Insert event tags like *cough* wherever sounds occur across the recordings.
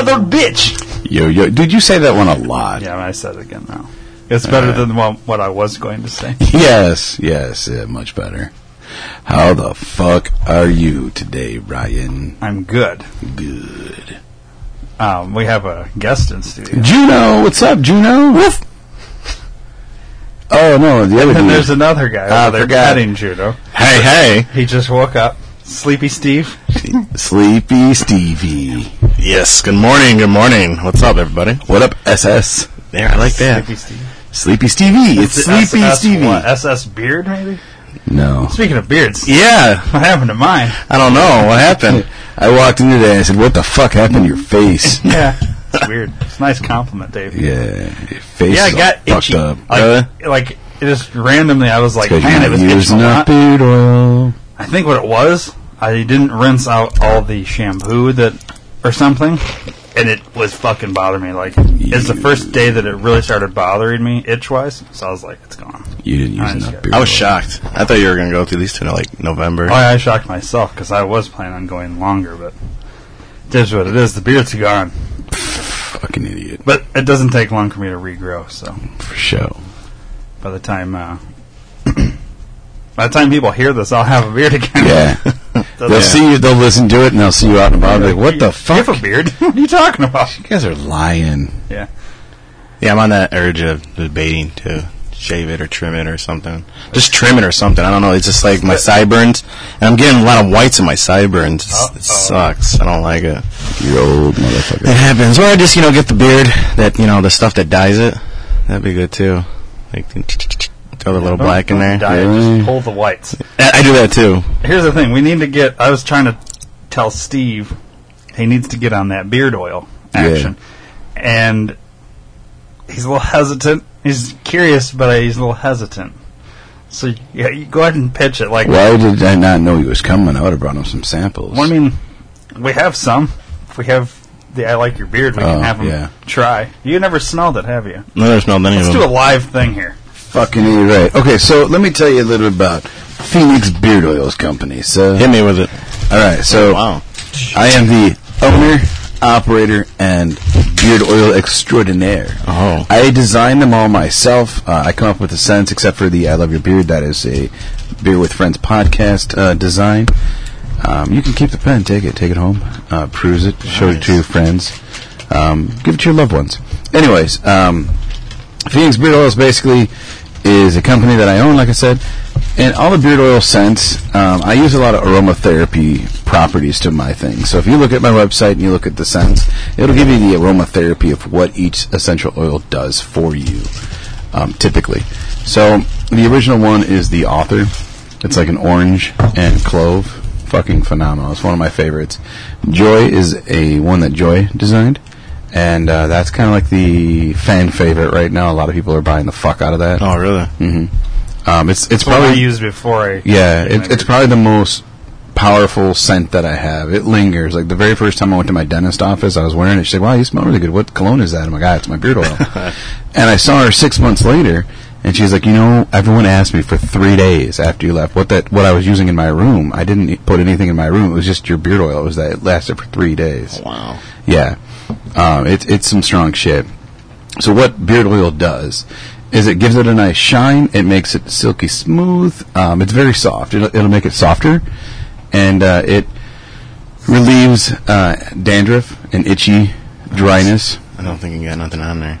bitch. Yo, yo, did you say that one a lot? Yeah, I said it again now. It's better Alright. than what, what I was going to say. *laughs* *laughs* Yes, yes, yeah, much better. How the fuck are you today, Ryan? I'm good. Good. Um, we have a guest in *laughs* studio. Juno, what's up, Juno? Woof. Oh no, the *laughs* other And dude. there's another guy I over there forgot. petting judo. hey, He just woke up. Sleepy Steve. hey, Sleepy Stevie. Yes, good morning, good morning. What's up, everybody? What up, SS? There, I like that. Sleepy Steve. Sleepy Stevie. It's Sleepy SS Stevie. what? SS Beard, maybe? No. Speaking of beards, Yeah, what happened to mine? I don't know. What happened? *laughs* I walked in today. I said, "What the fuck happened to your *laughs* face?" Yeah. It's weird. It's a nice compliment, Dave. yeah, your face. Yeah, is I all got fucked itchy. up. Like, Really? like, it just randomly, I was like, Because man, it you're was not itching using a enough lot. beard oil. I think what it was, I didn't rinse out all the shampoo that, or something, and it was fucking bothering me. Like, it's the first day that it really started bothering me, itch wise, so I was like, it's gone. You didn't use I was enough good. beard. I was oil. shocked. I thought you were going to go through these two in like November. Oh, yeah, I shocked myself because I was planning on going longer, but it is what it is. The beard's gone, Fucking idiot but it doesn't take long for me to regrow. So for show. by the time, uh, *coughs* by the time people hear this, I'll have a beard again. Yeah, *laughs* So they'll they- see you. They'll listen to it, and they'll see you out and about. Like, what the fuck? You have a beard? *laughs* what are you talking about? You guys are lying. Yeah. Yeah, I'm on that urge of debating to shave it or trim it or something. Just trim it or something. I don't know. It's just like my sideburns, and I'm getting a lot of whites in my sideburns. It's, Uh-oh. it sucks. I don't like it. You old motherfucker. It happens. Or I just you know get the beard that you know the stuff that dyes it. That'd be good too. Like throw the little black in there. Dye I it, Really? Just pull the whites. I do that too. Here's the thing. We need to get. I was trying to tell Steve he needs to get on that beard oil action, and he's a little hesitant. He's curious, but he's a little hesitant. So yeah, you go ahead and pitch it. Like, Why did I not know he was coming? I would have brought him some samples. well, I mean, we have some. If we have the I like your beard, we Oh, can have him yeah. try. You never smelled it, have you? No, there's no none of Let's them. do a live thing here. Fucking idiot, right. Okay, so let me tell you a little bit about Phoenix Beard Oils Company. So, Hit me with it. Oh, all right, so wow. I am the owner, operator, and beard oil extraordinaire. Oh. I designed them all myself. Uh, I come up with the scents, except for the "I Love Your Beard." That is a Beer with Friends podcast uh, design. Um, you can keep the pen, take it, take it home, uh, peruse it, show it to your friends, um, give it to your loved ones. Anyways, um, Phoenix Beard Oils basically is a company that I own, like I said, and all the beard oil scents. Um, I use a lot of aromatherapy properties to my thing. So if you look at my website and you look at the scents, it'll give you the aromatherapy of what each essential oil does for you, um, typically. So the original one is the author. It's like an orange and clove. Fucking phenomenal. It's one of my favorites. Joy is a one that Joy designed and uh, that's kind of like the fan favorite right now. A lot of people are buying the fuck out of that. Oh, really? Um, it's it's Probably probably used before. I yeah, did my it, it's beard. probably the most powerful scent that I have. It lingers. Like the very first time I went to my dentist office, I was wearing it. She's like, "Wow, you smell really good. What cologne is that?" I'm like, "Ah, it's my beard *laughs* oil." and I saw her six months later, and she's like, "You know, everyone asked me for three days after you left what that what I was using in my room. I didn't put anything in my room. It was just your beard oil. It was that it lasted for three days." Wow. Yeah, um, it's it's some strong shit. So what beard oil does is it gives it a nice shine. It makes it silky smooth. Um, it's very soft. It'll, it'll make it softer, and uh, it relieves uh, dandruff and itchy dryness. I don't think you got nothing on there.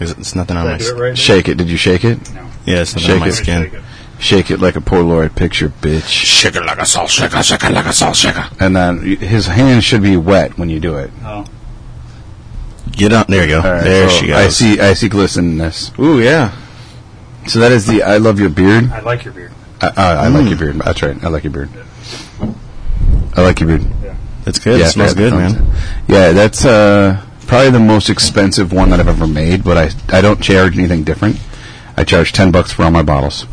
Is it- It's nothing on my. Did I do skin. it right? Shake it. Did you shake it? Yeah, it's nothing Shake on my it. skin. Shake it like a poor Lord picture, bitch. Shake it like a salt shaker, shake it like a salt shaker. And then y- his hand should be wet when you do it. Oh. Get up. There you go. All right, there so she goes. I see. I see glistenness. Ooh, yeah. So that is the I love your beard. I like your beard. I, I, I Mm. like your beard. That's right. I like your beard. I like your beard. That's good. it smells fair. good, man. Yeah, that's uh, probably the most expensive one that I've ever made, but I I don't charge anything different. I charge ten bucks for all my bottles,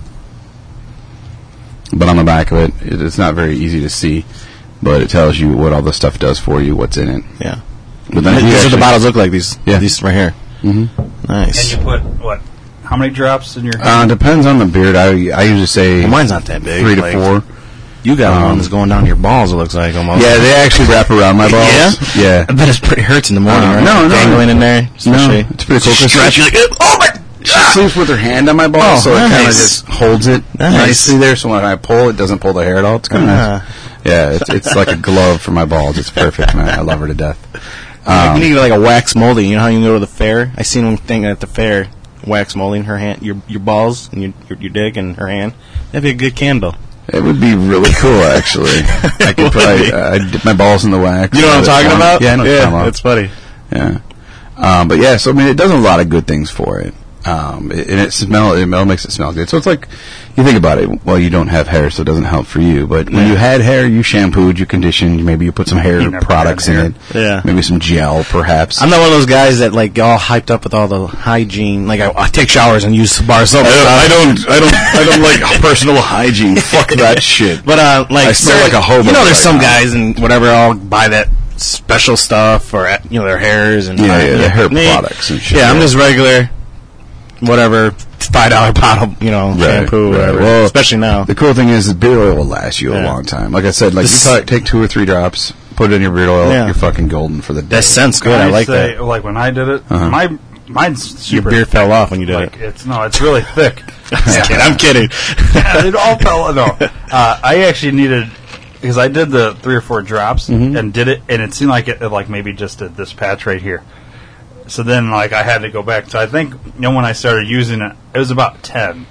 but on the back of it, it it's not very easy to see, but it tells you what all the stuff does for you, what's in it. Yeah. But These then are you what the actually- bottles look like. These. Yeah. These right here. Mm-hmm. And Nice. you put what? How many drops in your? Uh, Uh, depends on the beard. I I usually say Well, mine's not that big. three to like, four. You got Um, one that's going down your balls. It looks like almost. Yeah, they actually wrap around my balls. *laughs* yeah. Yeah. I bet it's pretty hurts in the morning. Uh, right? no, no. dangling in there. especially. it's pretty cool, 'cause- Stretch, you're like, oh my! She sleeps with her hand on my ball, Oh, so it kind of nice. just holds it Nice. nicely there. So when I pull, it doesn't pull the hair at all. It's kind of Ah. nice. Yeah, it's, it's like a glove for my balls. It's perfect, man. I love her to death. Like, you need like a wax molding. You know how you can go to the fair? I seen one thing at the fair, wax molding her hand, your your balls and your your, your dick and her hand. That'd be a good candle. It would be really cool, actually. *laughs* *laughs* I could Would probably be. uh, I'd dip my balls in the wax. You know what Let I'm it talking warm. about? Yeah, I know what you're talking about. it's funny. Yeah. Um, but yeah, so I mean, it does a lot of good things for it. Um, it- and it smell it smell makes it smell good. So it's like you think about it. Well, you don't have hair, so it doesn't help for you. But when you had hair, you shampooed, you conditioned, maybe you put some hair never had products hair. in it. Yeah. Maybe some gel, perhaps. I'm not one of those guys that like get all hyped up with all the hygiene. Like I, I take showers and use bar soap. I don't. I don't. I don't like personal hygiene. Fuck that shit. But uh, like, I smell certain- like a hobo You know, there's right some now. guys and whatever. I'll buy that special stuff or uh, you know their hairs and Yeah, uh, yeah, you the know, hair me. products and shit, Yeah, I'm yeah. just regular, whatever five dollar bottle, you know, shampoo, right. whatever. Well, Especially now. The cool thing is, the beard oil will last you a Yeah. long time. Like I said, like The you s- probably take two or three drops, put it in your beard oil, Yeah. you're fucking golden for the day. that scents good. Can I, like say, that. Like when I did it, Uh-huh. my mine's Your super beard fell off when you did like it. *laughs* it's no, it's really thick. *laughs* Just kidding, I'm kidding. *laughs* Yeah, it all fell. No, uh, I actually needed because I did the three or four drops Mm-hmm. and did it, and it seemed like it, it like maybe just did this patch right here. So then, like, I had to go back. So I think you know when I started using it, it was about ten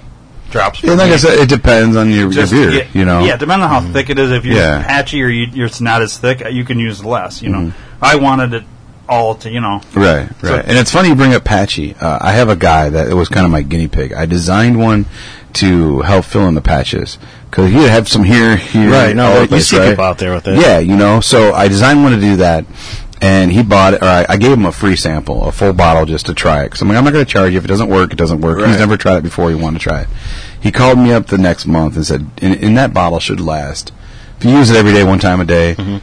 drops. per And like I week. said, it depends on your, your Just- beard, yeah, you know. Mm-hmm. yeah, depending on how thick it is. If you're Yeah. patchy or you, you're, it's not as thick, you can use less. You know, Mm-hmm. I wanted it all to you know. Right, right. So- and it's funny you bring up patchy. Uh, I have a guy that was kind of my guinea pig. I designed one to help fill in the patches because he'd have some here, here, Right, no, all over you the place, see right? people out there with it. Yeah, you know. So I designed one to do that, and he bought it. Or I, I gave him a free sample, a full bottle, just to try it. Because I'm like, I'm not going to charge you if it doesn't work. It doesn't work. He's Right. never tried it before. He wanted to try it. He called me up the next month and said, "In, in that bottle should last. If you use it every day, one time a day." Mm-hmm.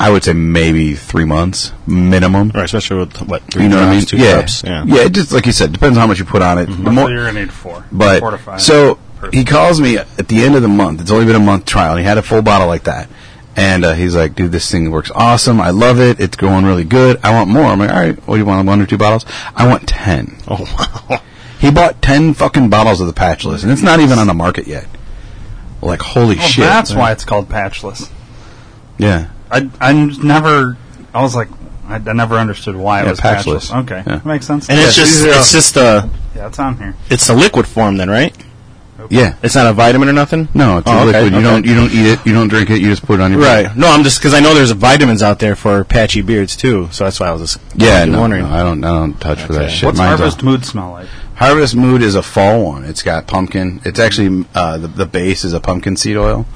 I would say maybe three months minimum right, especially with what three you know what I drops, mean? two yeah. cups. Yeah. Mm-hmm. yeah. It just like you said, depends on how much you put on it. The So more, you're gonna need four, but four to five. so per- he calls me at the end of the month. It's only been a month trial, and he had a full bottle like that. And uh, he's like, "Dude, this thing works awesome. I love it. It's going really good. I want more." I'm like, "All right, what do you want? One or two bottles? I want 10. Oh wow. He bought ten fucking bottles of the patch list, and it's not even on the market yet. Like, holy Well, shit! that's why it's called patchless. Yeah, I, I never. I was like, I, I never understood why Yeah, it was patchless. patchless. Okay, Yeah. that makes sense. And it's Yeah, just these are- it's just a yeah, it's on here. it's a liquid form then, right? yeah. It's not a vitamin or nothing. No, it's a Oh, okay, liquid. You okay. don't you don't eat it. You don't drink it. You just put it on your body. Right. No, I'm just because I know there's vitamins out there for patchy beards too, so that's why I was just Yeah, just no, wondering. no, I don't. I don't touch with that it. shit. What's Mine's all- harvest mood smell like? Harvest Mood is a fall one. It's got pumpkin. It's actually uh, the, the base is a pumpkin seed oil,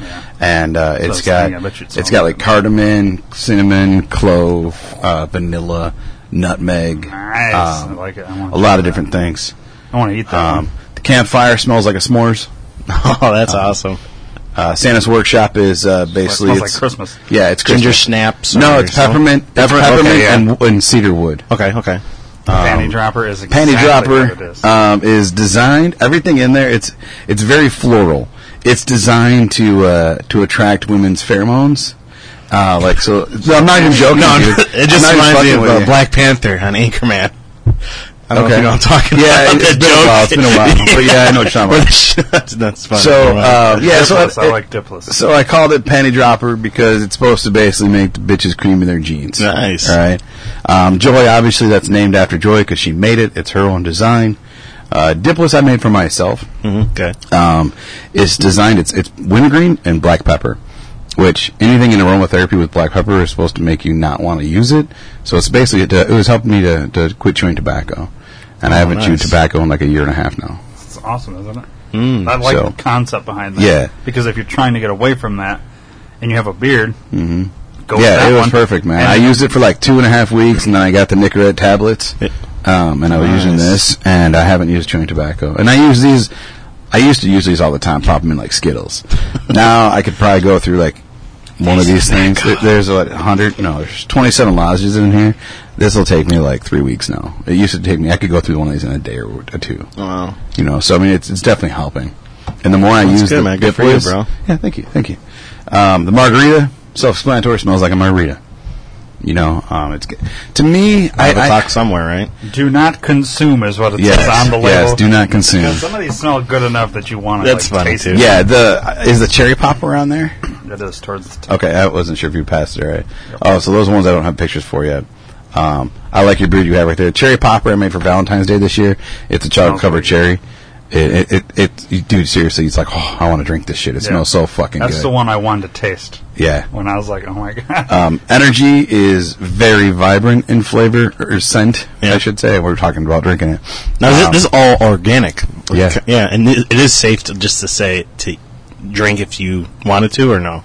and uh, I it's was got thinking, I bet you'd it's smell got like cardamom, cinnamon, clove, uh, vanilla, nutmeg, Nice. um, I like it. I want a lot of different things. I want to eat that. Um, the campfire smells like a s'mores. *laughs* oh, that's Uh-huh. awesome. Uh, Santa's workshop is uh, basically smells like it's- Christmas. Yeah, it's Ginger Christmas. snaps. No, or it's peppermint. It's Peppermint, peppermint okay, yeah. and, and cedar wood. something. Okay, okay. panty dropper is exactly um, Panty what it is. dropper um, is designed. Everything in there, it's it's very floral. It's designed to uh, to attract women's pheromones. Uh, like so, no, I'm not even joking. No, dude. *laughs* it I'm just not even reminds me fucking of with uh, you. Black Panther on *laughs* Anchorman. I don't Okay. know if you know what *laughs* I'm talking Yeah, about. it- it's that been a joke. while. It's been *laughs* a while. But yeah, I know what you're talking that's, that's funny. So uh, yeah, so Dipless, I it- like Dipless. So I called it panty dropper because it's supposed to basically make the bitches cream in their jeans. Nice. All right. Um, Joy, obviously, that's named after Joy because she made it. It's her own design. Uh, Dipless, I made for myself. Mhm, okay. um, it's designed. It's it's wintergreen and black pepper, which anything in aromatherapy with black pepper is supposed to make you not want to use it. So it's basically it, it was helping me to, to quit chewing tobacco, and I Oh, haven't chewed nice. tobacco in like a year and a half now. It's awesome, isn't it? I like Mm, so- the concept behind that. Yeah. Because if you're trying to get away from that, and you have a beard, go with Mm-hmm. yeah, that it was one. perfect, man. And I used it for like two and a half weeks, and then I got the Nicorette tablets, Yeah. um, and I was using Nice. this, and I haven't used chewing tobacco, and I use these. I used to use these all the time, pop them in *laughs* like Skittles. now I could probably go through like one of these things. There- There's what hundred? No, there's twenty-seven lozenges in here. This will take me like three weeks now. It used to take me. I could go through one of these in a day or, or two. Wow. You know, so I mean, it's it's definitely helping. And the more I That's use good, the man. Good Bit for you, Boys- bro. Yeah, thank you, thank you. Um, the margarita, self-explanatory, smells like a margarita. You know, um, it's good. to me. I I, have a I talk somewhere, right? Do not consume is what it yes, says on the label. yes, do not consume. Because some of these smell good enough that you want to That's like, funny, taste too. it. Yeah, the is the cherry pop around there? That is towards the top. Okay, I wasn't sure if you passed it. All right. Oh, so those ones I don't have pictures for yet. Um, I like your beard you have right there. Cherry popper I made for Valentine's Day this year. It's a chocolate covered cherry. It, it, it, it, you- dude, seriously, it's like, oh, I want to drink this shit. It Yeah. smells so fucking That's good. the one I wanted to taste yeah. when I was like, oh my god. Um, energy is very vibrant in flavor or scent, Yeah. I should say. We We're talking about drinking it. Now this, Um, this is all organic. Yeah. yeah, and it, it is safe to just to say to drink if you wanted to or no.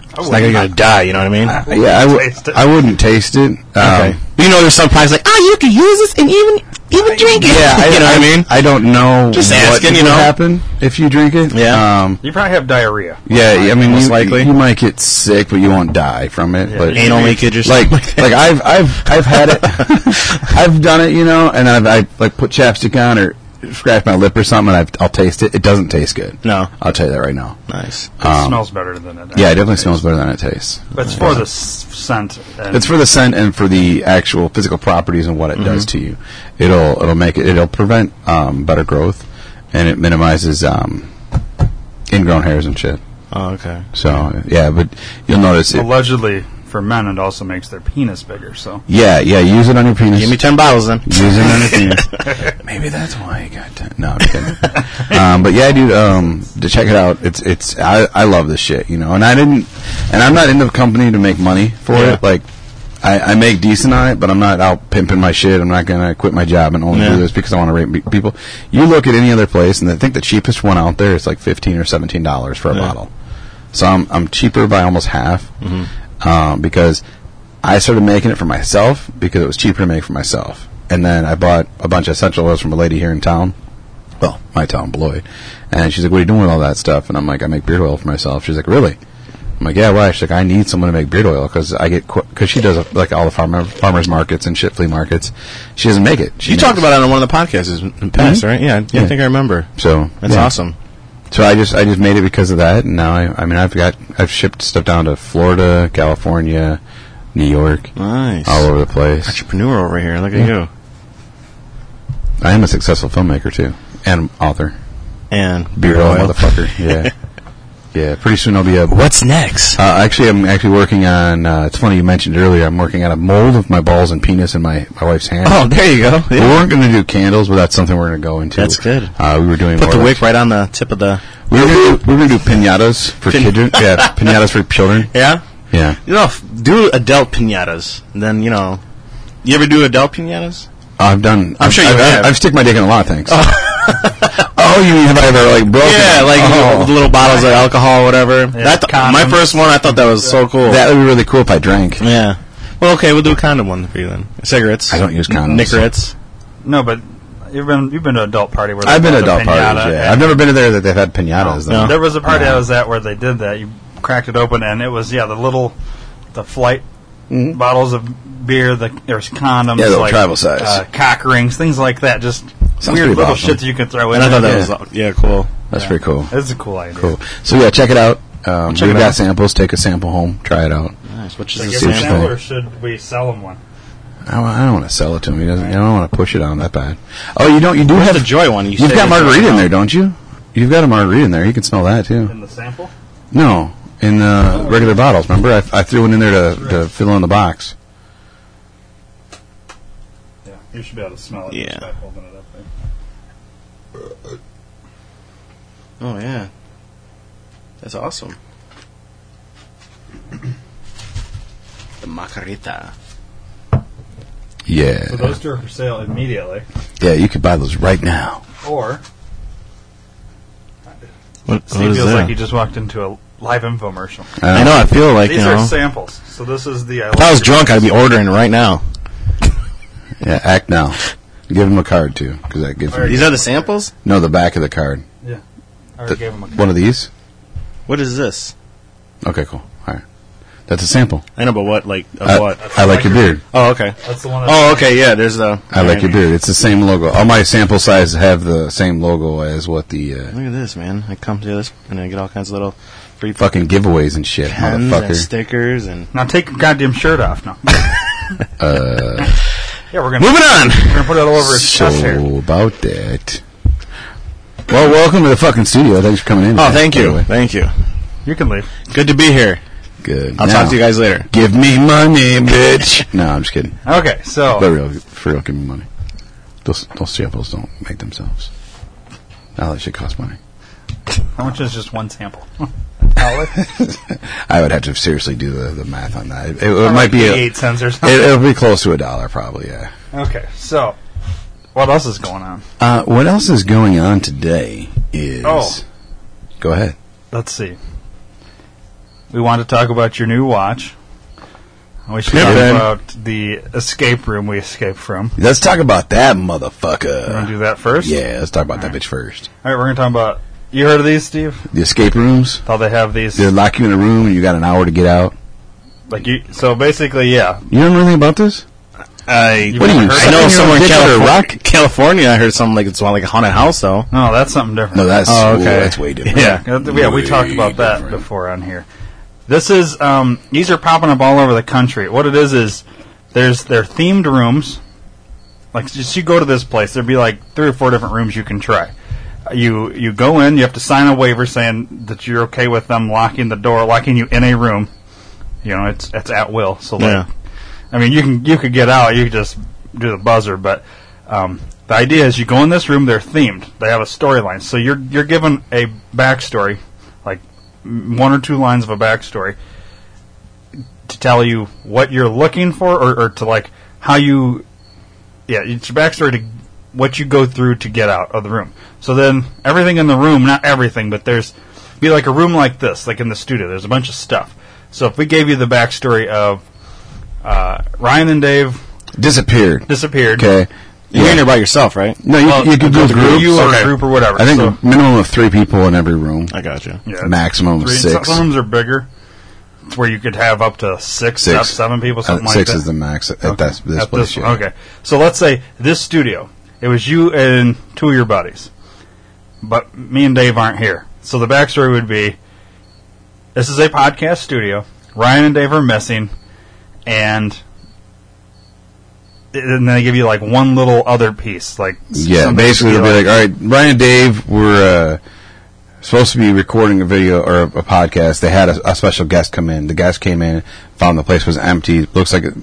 It's not wouldn't- gonna gonna die. You know what I mean? I Oh, yeah, I, wouldn't w- taste it. I wouldn't taste it. Um, okay. You know, there's some places like, oh, you can use this and even even drink it. *laughs* Yeah, I, you know what I mean. I don't know Just what asking, you would know. happen if you drink it. Yeah. Um, you probably have diarrhea. Yeah, I mean, Most you, likely. you might get sick, but you won't die from it. Yeah. But Anal leakage or like, something like, like that. I've, I've, I've had it. I've done it, *laughs* you know, and I've, I like put chapstick on or scratch my lip or something. And I've, I'll taste it. It doesn't taste good. No. I'll tell you that right now. Nice. It smells better than it. Um, Yeah, it definitely smells better than it tastes. But it's for the s- scent. And It's for the scent and for the actual physical properties and what it does Mm-hmm. to you. It'll, it'll make it. It'll prevent um, better growth, and it minimizes um, ingrown hairs and shit. Oh, okay. So yeah, but you'll notice it. allegedly for men, it also makes their penis bigger. So Yeah, yeah. Use it on your penis. Give me ten bottles then. Use it on your *laughs* penis. Maybe that's why you got that. No, I'm kidding. um, but yeah, dude. Um, to check it out. It's it's. I, I love this shit. You know, and I didn't. And I'm not into the company to make money for Yeah. it. Like. I, I make decent on it, but I'm not out pimping my shit. I'm not gonna quit my job and only Yeah. do this because I want to rate be- people. You look at any other place, and I think the cheapest one out there is like fifteen or seventeen dollars for a Yeah. bottle. So I'm I'm cheaper by almost half Mm-hmm. um, because I started making it for myself because it was cheaper to make for myself. And then I bought a bunch of essential oils from a lady here in town. Well, my town, Beloit. And she's like, "What are you doing with all that stuff?" And I'm like, "I make beard oil for myself." She's like, "Really?" I'm like, "Yeah, why?" She's like, "I need someone to make beard oil because I get because she does like all the farmer, farmers markets and shit flea markets. She doesn't make it. She You makes- talked about it on one of the podcasts in the past, Mhm. right? Yeah, yeah, Yeah. I think I remember. so That's yeah. awesome. So I just I just made it because of that, and now I I mean I've got I've shipped stuff down to Florida, California, New York, Nice. all over the place. Entrepreneur over here. Look at you. I am a successful filmmaker too, and author. And Beard oil, *laughs* motherfucker. Yeah, yeah. Pretty soon I'll be a. What's next? *laughs* Uh, actually, I'm actually working on. Uh, it's funny you mentioned earlier. I'm working on a mold of my balls and penis in my, my wife's hand. Oh, there you go. We Yeah. weren't going to do candles, but that's something we're going to go into. That's good. Uh, we were doing Put more the like- wick right on the tip of the. We were going to do, we were gonna do pinatas for *laughs* Pin- children. Yeah, pinatas for children. *laughs* Yeah. Yeah. You know, f- do adult pinatas. and Then you know. You ever do adult pinatas? I've done. I'm sure you I've, have. I've, I've stick my dick in a lot of things. Oh, *laughs* you mean have I ever like broken? Yeah, it? like you know, Oh. the little bottles of alcohol, or whatever. that th- my condoms. first one, I thought that was so cool. that would be really cool if I drank. yeah. Well, okay, we'll do a condom one for you then. Cigarettes. I don't use N- condoms. Nicorettes. no, but you've been you've been to an adult party where I've been they to had the adult piñata, parties. Yeah, I've and- never been to there that they've had pinatas though. No. There was a party I was at where they did that. You cracked it open, and it was yeah the little the flight Mm-hmm. bottles of beer. The there's condoms, Yeah, the like, travel size. uh, cock rings, things like that. Just Sounds weird pretty little awesome. shit that you can throw in. And I thought there. that was uh, yeah, cool. That's pretty cool. It's a cool idea. Cool. So yeah, check it out. Um, Check we've it got out. samples. Take a sample home. Try it out. Nice. Which Should I is give him a a the huge thing. same. sample, or should we sell him one? I, wa- I don't want to sell it to him. He doesn't. I don't want to push it on that bad. Oh, you don't. You do Where's have. the joy one? You you've said got it was- margarita in there, don't you? You've got a margarita in there. You can smell that too. In the sample? No, in the regular bottles. Remember, I, I threw one in there to, to fill in the box. Yeah. You should be able to smell it Yeah. just by holding it up there. Oh yeah. That's awesome. The margarita. Yeah. So those two are for sale immediately. yeah, you could buy those right now. Or What, Steve feels like he just walked into a live infomercial. I know. I feel like These you know. are samples. So this is Oh, the. If I was drunk, I'd be ordering right now. *laughs* Yeah, act now. Give him a card too, because that gives him Alright. These are the samples. no the back of the card. Yeah. I already gave him a One of these. What is this? Okay, cool. All right. That's a sample. I know, but what like of I, what? I like your beard. Oh, okay. That's the one. Oh, okay. Yeah, there's the. I like your beard. It's the same logo. All my sample sizes have the same logo as what the uh, Look at this, man. I come to this and I get all kinds of little free fucking giveaways and shit, pens and motherfucker. stickers and. now take your goddamn shirt off. *laughs* Now. yeah, we're gonna Moving on. we're gonna put it all over his chest hair. Uh, So about that. Well, welcome to the fucking studio. Thanks for coming in. Oh, man, thank by the you, way. thank you. You can leave. Good to be here. Good. I'll Now, talk to you guys later. Give me *laughs* money, bitch. no, I'm just kidding. Okay, Oh. so But real, for real, give me money. Those those samples don't make themselves. Now that shit costs money. *laughs* How much is just one sample? *laughs* Dollar? I would have to seriously do the, the math on that. It, it Or might like be a, it, eight cents or something. it'll be close to a dollar, probably. Yeah. okay, so what else is going on? Uh, what else is going on today is. Oh. Go ahead. Let's see. We want to talk about your new watch. We should Yeah, talk man. about the escape room we escaped from. Let's talk about that We're gonna motherfucker. do that first. Uh, Yeah, let's talk about that bitch first. All right, we're gonna talk about. You heard of these, Steve? The escape rooms. How they have these? They lock you in a room and you got an hour to get out. Like you. So basically, yeah. You don't know anything about this? I What do you- I know You're somewhere in a dick under a California, rock? California. I heard something like it's like a haunted house though. No, Oh, that's something different. No, that's Oh, okay. ooh, that's way different. Yeah. *laughs* Yeah, th- yeah, we Way talked about that different. before on here. This is um, these are popping up all over the country. What it is is there's they're themed rooms. Like just you go to this place, there'd be like three or four different rooms you can try. Uh, You you go in, you have to sign a waiver saying that you're okay with them locking the door, locking you in a room. You know, it's it's at will. So like, Yeah. I mean, you can you could get out, you could just do the buzzer, but um, the idea is you go in this room. They're themed. They have a storyline, so you're you're given a backstory, like m- one or two lines of a backstory to tell you what you're looking for, or, or to like how you, yeah, it's your backstory to what you go through to get out of the room. So then everything in the room, not everything, but there's be like a room like this, like in the studio. There's a bunch of stuff. So if we gave you the backstory of uh, Ryan and Dave Disappeared. disappeared. Okay. You're in there by yourself, right? No, you, Well, you could do with groups. You or Okay. a group or whatever. I think so, a minimum of three people in every room. I got you. yeah, maximum of three, six. Some rooms are bigger, it's where you could have up to six, Six. up seven people, Uh, something like six that. is the max at, at that, this At place. one, yeah. Okay, so let's say this studio. It was you and two of your buddies, but me and Dave aren't here. So the backstory would be: this is a podcast studio. Ryan and Dave are missing, and and they give you like one little other piece, like s- Yeah, something basically to it'll be like, all right, Ryan and Dave were uh, supposed to be recording a video or a, a podcast. They had a, a special guest come in. The guest came in, found the place was empty. Looks like it,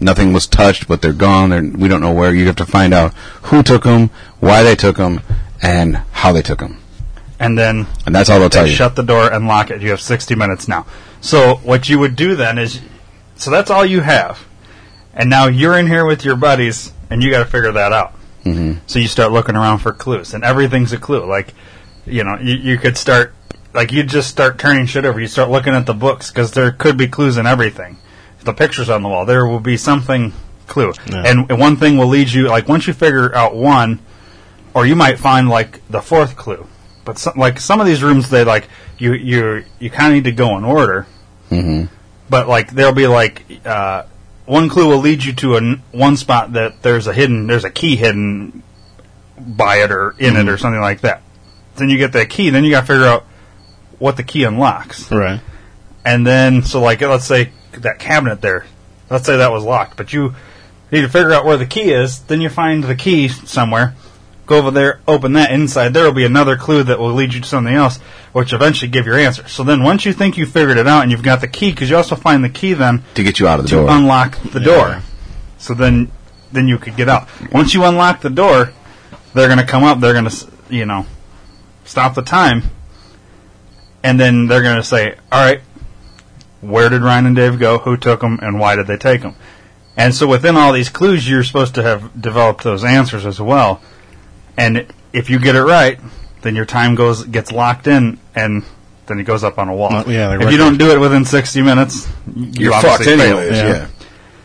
nothing was touched, but they're gone. They're, we don't know where. You have to find out who took them, why they took them, and how they took them. and then And that's all they'll tell they you. shut the door and lock it. You have 60 minutes now. So what you would do then is, so that's all you have, and now you're in here with your buddies, and you got to figure that out. Mm-hmm. So you start looking around for clues, and everything's a clue. Like, you know, you, you could start, like, you just start turning shit over. You start looking at the books because there could be clues in everything. The pictures on the wall, there will be something clue, Yeah. and and one thing will lead you. Like once you figure out one, or you might find like the fourth clue. But some, like some of these rooms, they like you you you kind of need to go in order. But like there'll be like uh, one clue will lead you to a n- one spot that there's a hidden there's a key hidden by it or in it or something like that. Then you get that key. Then you got to figure out what the key unlocks. Right. And then, so like, let's say that cabinet there, let's say that was locked, but you need to figure out where the key is. Then you find the key somewhere, go over there, open that inside. There will be another clue that will lead you to something else, which eventually give your answer. So then, once you think you figured it out and you've got the key, because you also find the key then to get you out of the to door. unlock the door. So then, then you could get out. Once you unlock the door, they're going to come up. They're going to, you know, stop the time, and then they're going to say, "All right, where did Ryan and Dave go? Who took them, and why did they take them?" And so, within all these clues, you're supposed to have developed those answers as well. And if you get it right, then your time goes gets locked in, and then it goes up on a wall. Uh, yeah, like if you don't do it within 60 minutes, you You're fucked obviously failed. anyways. Yeah. yeah.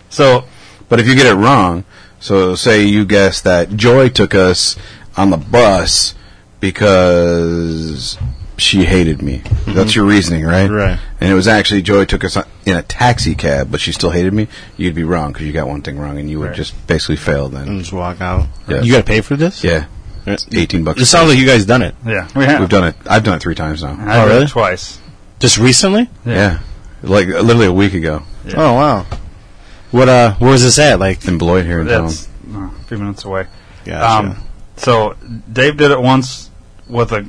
So But if you get it wrong, so say you guess that Joy took us on the bus because she hated me. Mm-hmm. That's your reasoning, right? Right. And it was actually Joey took us on, in a taxi cab, but she still hated me. You'd be wrong because you got one thing wrong, and you would Right. Mm. just basically fail then. and just walk out. Yeah. You got to pay for this. Yeah, Yeah. eighteen bucks. It sounds like you guys done it Yeah, we have. We've done it. I've done it three times now. I Oh, did really? it twice. just recently. Yeah, like uh, literally a week ago Yeah. Oh wow. What uh? Where was this at? Like. in Beloit here in town. That's uh, a few minutes away. Gotcha. Um, so Dave did it once with a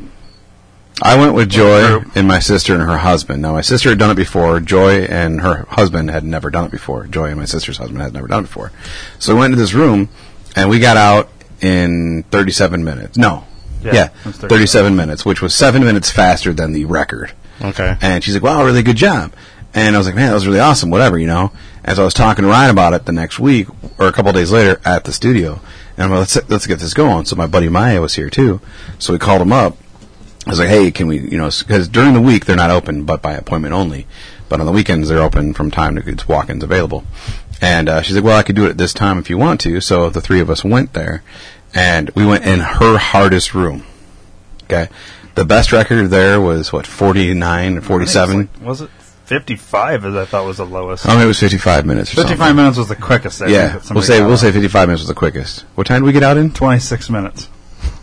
I went with Joy Group. and my sister and her husband. Now, my sister had done it before. Joy and her husband had never done it before. Joy and my sister's husband had never done it before. So we went into this room, and we got out in 37 minutes. No. Yeah, Yeah, that's 37. 37 minutes, which was seven minutes faster than the record. okay. And she's like, wow, really good job. And I was like, man, that was really awesome, whatever, you know. As I was talking to Ryan about it the next week, or a couple days later, at the studio, and I'm like, let's, let's get this going. So my buddy Maya was here too. So we called him up. I was like, hey, can we, you know, because during the week they're not open, but by appointment only. But on the weekends they're open from time to, it's walk-ins available. And uh, she's like, well, I could do it at this time if you want to. So the three of us went there, and we went in her hardest room. Okay. The best record there was, what, 49 or I think it was 47? like- Was it fifty-five? As I thought was the lowest. I mean, it was 55 minutes. Or 55 Oh, something. minutes was the quickest. I think, Yeah, that we'll somebody say got we'll on. say 55 minutes was the quickest. What time did we get out in? 26 minutes.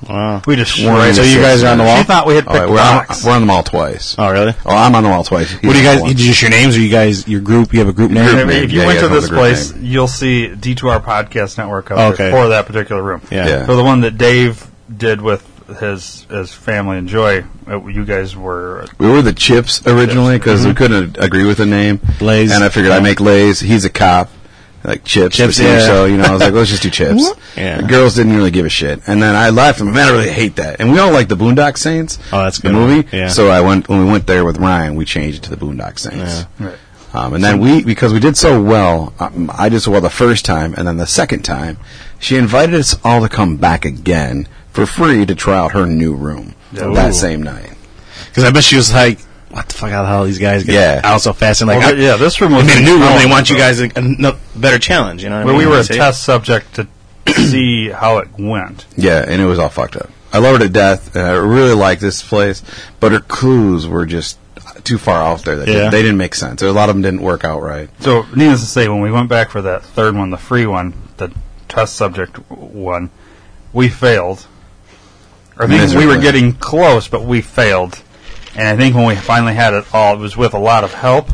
Wow. We just One shredded So you it. guys are on the wall? She thought we had All picked right, we're, on, locks. we're on the mall twice. Oh really? Oh, I'm on the mall twice. What do you guys? you- Just your names? Or you guys? Your group? You have a group name? If- name. if you Yeah, went to yeah, it's on this the group place, you'll see D2R Podcast Network up there Okay. for that particular room. Yeah. Yeah. For the one that Dave did with his his family and Joy, uh, you guys were We were the Chips originally because we couldn't agree with the name. Lays. And I figured I make Lays. He's a cop. Like chips, Chips, the TV yeah. show, you know, I was like, let's just do chips. Yeah. The girls didn't really give a shit, and then I left, and man, I really hate that. And we all like the Boondock Saints, Oh, that's a the good movie. one. Yeah. So I went when we went there with Ryan, we changed it to the Boondock Saints. Yeah. right. Um, and then we, because we did so well, um, I did so well the first time, and then the second time, she invited us all to come back again for free to try out her new room Yeah. that Ooh. same night. Because I bet she was like, "What the fuck? How the hell these guys get Yeah. out so fast?" And like, Well, I, th- yeah, this room was I made a new room. They growing, want you so- guys a, a no- better challenge. You know what I Well, mean? we were a Say- test subject to *clears throat* see how it went. Yeah, and it was all fucked up. I love her to death, and I really like this place, but her clues were just too far off there. That Yeah. they didn't make sense. A lot of them didn't work out right. So, needless to say, when we went back for that third one, the free one, the test subject one, we failed. I think we Miserably. were getting close, but we failed. And I think when we finally had it all, it was with a lot of help,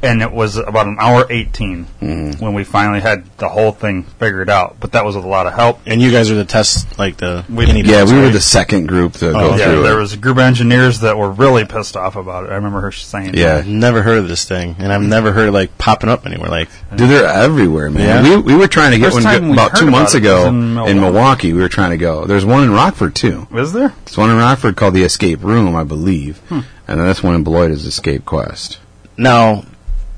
and it was about an hour 18 Mm-hmm. when we finally had the whole thing figured out. But that was with a lot of help. And you guys were the test, like the We- guinea Yeah, pigs, we were right? the second group to go Oh, Yeah, through there it. was a group of engineers that were really pissed off about it. I remember her saying, yeah, I've never heard of this thing, and I've never heard it, like popping up anywhere. Like, Dude, they're everywhere, man. Yeah. We, we were trying to get First one time go- we about heard two months about it was ago in Milwaukee. in Milwaukee. We were trying to go. There's one in Rockford too. "Is there?" There's one in Rockford called the Escape Room, I believe, Hmm. and then this one in Beloit is Escape Quest. now,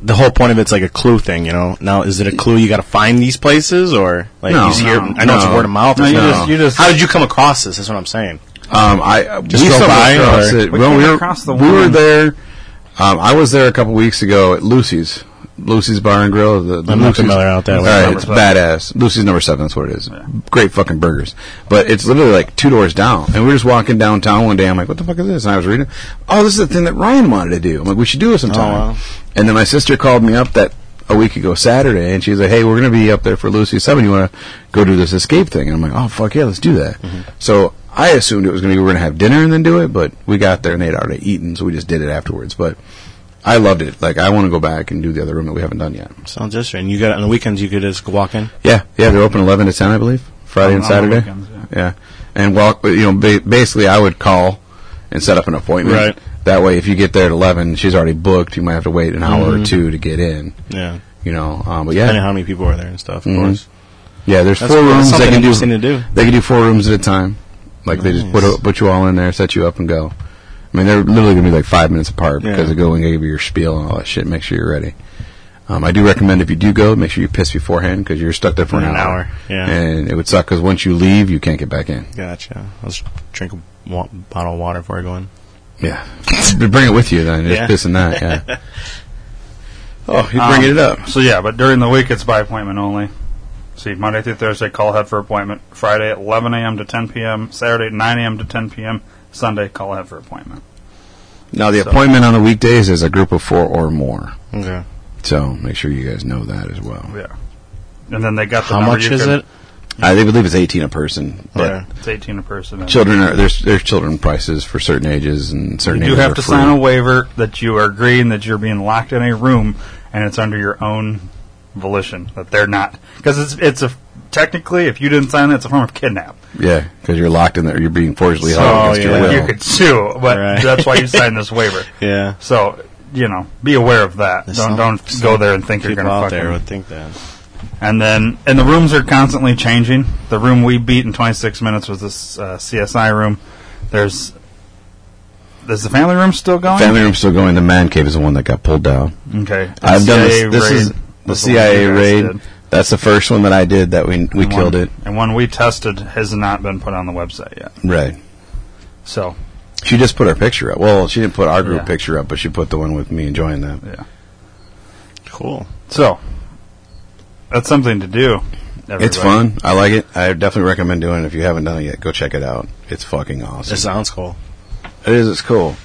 the whole point of it's like a clue thing, you know. Now, is it a clue? You got to find these places, or like No, you just hear? no, I know it's no. word of mouth. or No, you something. just- you just- How did you come across this? That's what I'm saying. Um, I Just we go stumbled by, across or- it. We Well, came we were, across the we were one- there. Um, I was there a couple weeks ago at Lucy's. Lucy's Bar and Grill. The, the I'm not Lucy's- familiar out that way. All right, Number it's seven. badass. Lucy's number seven. That's what it is. Great fucking burgers. But it's literally like two doors down. And we were just walking downtown one day. I'm like, what the fuck is this? And I was reading. Oh, this is the thing that Ryan wanted to do. I'm like, we should do it sometime. wow. And then my sister called me up that a week ago Saturday, and she's like, "Hey, we're going to be up there for Lucy's seven. You want to go do this escape thing?" And I'm like, "Oh fuck yeah, let's do that." So I assumed it was going to be we're going to have dinner and then do it, but we got there and they'd already eaten, so we just did it afterwards. But I loved it. Like I want to go back and do the other room that we haven't done yet. Sounds interesting. You got on the weekends. You could just walk in. Yeah, yeah, they're open eleven to ten, I believe, Friday and On- on the Saturday. weekends, yeah. and walk. You know, ba- basically, I would call and set up an appointment. Right. That way, if you get there at eleven, she's already booked. You might have to wait an hour Mm-hmm. or two to get in. Yeah, You know, um, but yeah, depending on how many people are there and stuff. Of Mhm. course. Yeah, there's That's four cool. That's rooms. They something can do, interesting to do. They can do four rooms at a time. Like they just put Nice. put you all in there, set you up, and go. I mean, they're literally gonna be like five minutes apart Yeah. because they go and give you your spiel and all that shit. Make sure you're ready. Um, I do recommend if you do go, make sure you piss beforehand because you're stuck there for an, An hour. hour, yeah. and it would suck because once you leave, you can't get back in. Gotcha. Let's drink a wa- bottle of water before I go in. Yeah, bring it with you then. Just Yeah. pissing that. *laughs* Yeah. oh, you're Um, bringing it up. So yeah, but during the week it's by appointment only. See, Monday through Thursday, call ahead for appointment. Friday, at 11 a.m. to 10 p.m. Saturday, 9 a.m. to 10 p.m. Sunday, call ahead for appointment. Now the So- Appointment on the weekdays is a group of four or more. *laughs* Okay. So make sure you guys know that as well. Yeah. And then they got the How number much you is can- it? I think- believe it's eighteen a person, but Yeah. It's eighteen a person. and- children are there's there's children prices for certain ages and certain. You ages have are to free. sign a waiver that you are agreeing that you're being locked in a room and it's under your own volition that they're not because it's it's a technically if you didn't sign that it's a form of kidnap. Yeah, because you're locked in there. You're being forcibly So, held against yeah. your will. You could sue, but Right. that's why you signed this *laughs* waiver. Yeah. So you know, be aware of that. There's don't some- don't go there and think you're People going to out there fucking. would think that. And then and the rooms are constantly changing. The room we beat in 26 minutes was this uh, CSI room. There's is the family room still going? Family room's still going. The man cave is the one that got pulled down. Okay. And I've done this. CIA This raid is the was one you CIA guys raid. did. That's the first one that I did that we we And killed one- it. And one we tested has not been put on the website yet. Right. So, She just put her picture up. Well, she didn't put our group Yeah. picture up, but she put the one with me enjoying that. yeah. Cool. So, that's something to do. Everybody. It's fun. I like it. I definitely recommend doing it. If you haven't done it yet, go check it out. It's fucking awesome. It sounds cool. It is. It's cool.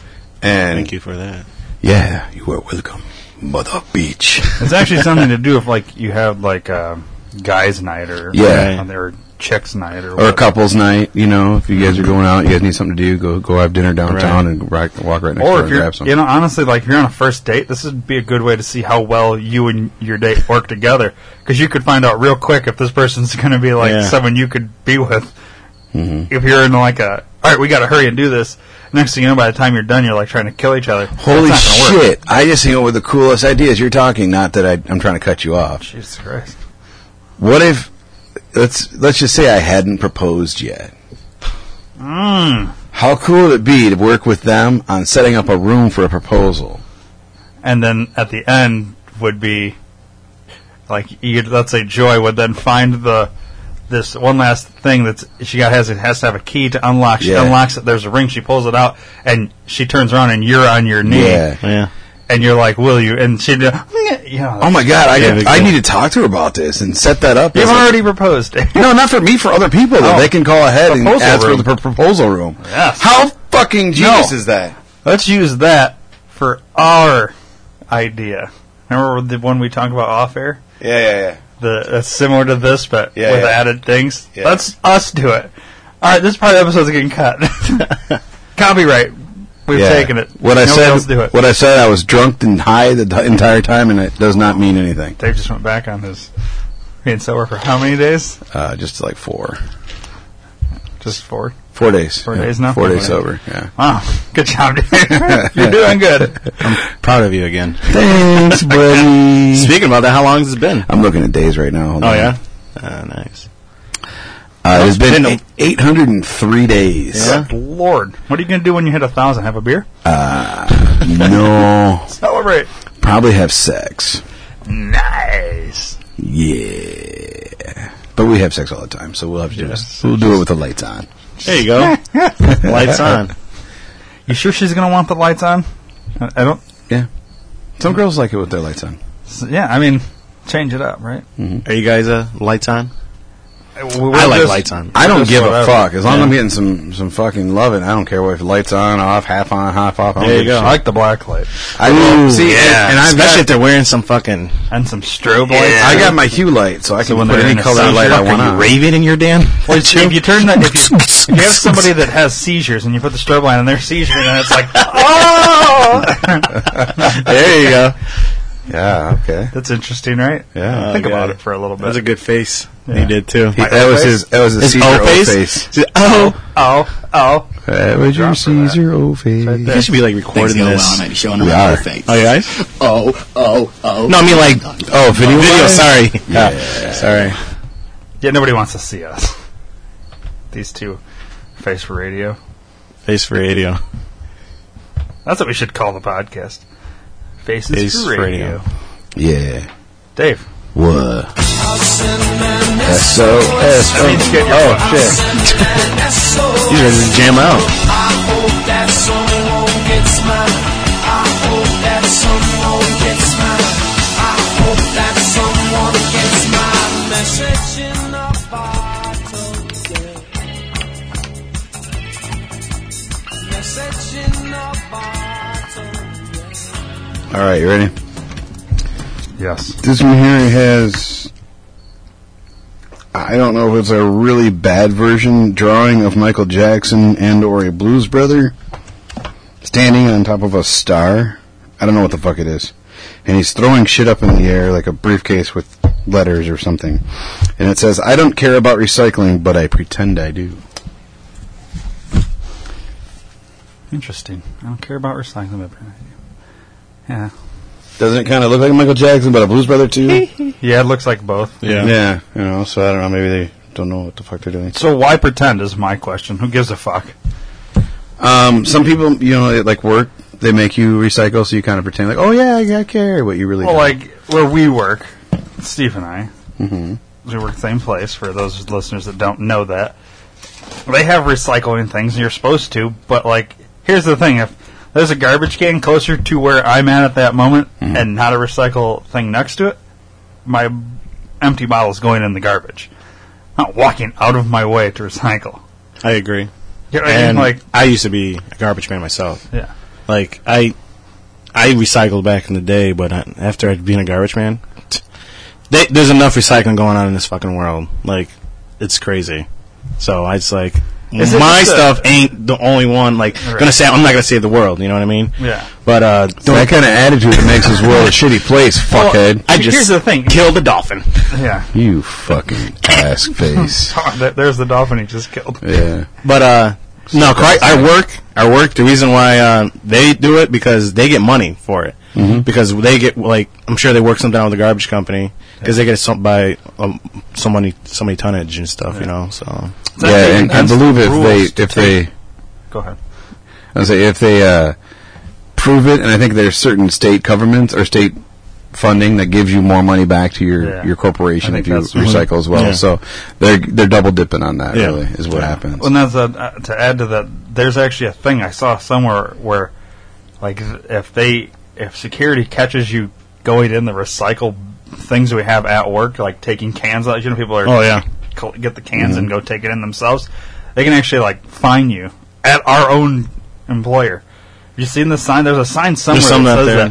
And Thank you for that. yeah, you are welcome, Mother Beach. It's *laughs* actually something to do if, like, you have, like, uh, guys' night or, Yeah. or, or chicks' night or, or a whatever. couples night. You know, if you guys are going out, you guys need something to do. Go go have dinner downtown Right. and rock, walk right next door Or and if grab some. you're, you know, honestly, like, if you're on a first date, this would be a good way to see how well you and your date work together. Because you could find out real quick if this person's *laughs* going to be, like, Yeah. someone you could be with. Mm-hmm. If you're in, like, a, all right, we got to hurry and do this. Next thing you know, by the time you're done, you're, like, trying to kill each other. Holy That's not gonna work. shit! I just came up with the coolest ideas. You're talking, not that I, I'm trying to cut you off. Jesus Christ. What if let's let's just say I hadn't proposed yet? Mm. How cool would it be to work with them on setting up a room for a proposal? And then at the end would be, like, you let's say Joy would then find the. This one last thing that's she got has it has to have a key to unlock. She Yeah. unlocks it. There's a ring. She pulls it out, and she turns around, and you're on your knee, Yeah. Yeah. and you're like, "Will you?" And she'd be, like, "Yeah, yeah, Oh my god! I, Yeah, could- big I deal. need to talk to her about this and set that up. you've as a- already proposed." *laughs* no, not for me. For other people, though, Oh. they can call ahead and Proposal ask room. for the pr- proposal room. Yes. How fucking genius No. is that? Let's use that for our idea. Remember the one we talked about off air? Yeah, yeah, yeah. the that's similar to this, but Yeah, with yeah. added things. Yeah. Let's us do it. All right, this part of the episode's getting *laughs* cut. Copyright. We've Yeah. taken it. What I Nobody said, else do it. what I said, I was drunk and high the t- entire time, and it does not mean anything. Dave just went back on his being sober for how many days? Uh, just like four, Just four. four days, Four Yeah, days now? four days Okay. sober. Yeah. Wow, good job, Dave. *laughs* You're doing good. I'm proud of you again. Thanks, *laughs* buddy. Speaking about that, how long has it been? I'm looking at days right now. Hold Oh on. yeah. Uh, nice. uh, it's been, Been a- eight hundred and three days. Yeah. Good Lord, what are you gonna do when you hit a thousand? Have a beer? *laughs* no, Celebrate. probably have sex. Nice. Yeah, but we have sex all the time, so we'll have to do this. We'll do it with the lights on. There you go. Lights on. *laughs* You sure she's gonna want the lights on? I I don't. Yeah, some girls like it with their lights on. Yeah, I mean, change it up, right? Are you guys uh, lights on? I like lights on. I don't Just give a whatever. fuck. As long as Yeah. I'm getting some, some fucking loving, I don't care what if lights on, off, half on, half off. I don't There give you a go. I like the black light. shit. I mean, see, and, and I've especially if got, they're wearing some fucking. and some strobe Yeah. lights. I got *laughs* my hue light, so I can So when put they're any in a color seizure, light I fuck, want. are you on. raving in your damn. Well, if, if you turn that, if you, if you have somebody that has seizures and you put the strobe light and they're seizing, and it's like, *laughs* oh, there you go. Yeah, okay. that's interesting, right? Yeah. Think Oh, about God. it for a little bit. That's a good face Yeah. you did too. He- that was O his. That was his His Caesar O O face. face. Oh, oh, oh, That was your Drop for that. Caesar O face. right there. you should be like recording things go this. well, I might be showing them We my are. other face. Oh, you guys? Oh, oh, oh. No, I mean like Oh, video. video. wise? Sorry. Yeah. Sorry. yeah. Nobody wants to see us. These two, face for radio. Face for radio. That's what we should call the podcast. Faces Face for for radio. Radio. Yeah. Dave, What? S O S O. I mean, get your Oh shit. You guys to jam out. All right, you ready? Yes. This one here has. I don't know if it's a really bad version drawing of Michael Jackson and or a blues brother standing on top of a star. I don't know what the fuck it is. And he's throwing shit up in the air like a briefcase with letters or something. And it says, I don't care about recycling, but I pretend I do. Interesting. I don't care about recycling, but I do. Yeah. Doesn't it kind of look like Michael Jackson, but a blues brother too? Yeah, it looks like both. Yeah. yeah, you know, so I don't know. Maybe they don't know what the fuck they're doing. So why pretend is my question. Who gives a fuck? Um, some people, you know, at, like work, they make you recycle, so you kind of pretend like, oh yeah, I- I care what you really. Well, do. like where we work, Steve and I, Mm-hmm. we work the same place. For those listeners that don't know that, they have recycling things, and you're supposed to. But like, here's the thing: if there's a garbage can closer to where I'm at at that moment, Mm-hmm. and not a recycle thing next to it, my empty bottle is going in the garbage. I'm not walking out of my way to recycle. I agree. You know what I mean? And Like, I used to be a garbage man myself. yeah, Like I, I recycled back in the day, but I, after I'd been a garbage man, t- they, there's enough recycling going on in this fucking world. Like it's crazy. So I just like Is it my just a- stuff ain't the only one. Like Right. gonna say I'm not gonna save the world. You know what I mean? Yeah. But uh, that kind of attitude that makes this world a shitty place, fuckhead. I Here's just the thing. killed a dolphin. yeah. *laughs* you fucking ass face. Oh, there- There's the dolphin he just killed. Yeah, But uh, no, cri- our work, our work. The reason why uh, they do it because they get money for it. Because they get like, I'm sure they work something out with the garbage company because they get some by um, so many so many tonnage and stuff. You know, so yeah, and I That's believe the if rules they to if take- they Go ahead. I say if they uh, prove it, and I think there's certain state governments or state funding that gives you more money back to your, Yeah. your corporation I if think you that's- recycle as well. Yeah. So they're they're double dipping on that. Yeah. Really, is what Yeah. happens. Well, that's a, uh, to add to that. There's actually a thing I saw somewhere where, like, th- if they if security catches you going in the recycle things we have at work, like taking cans out, you know, people are Oh, yeah. Mm-hmm. col- get the cans and go take it in themselves. They can actually like fine you at our own employer. You seen the sign? There's a sign somewhere some that says out there.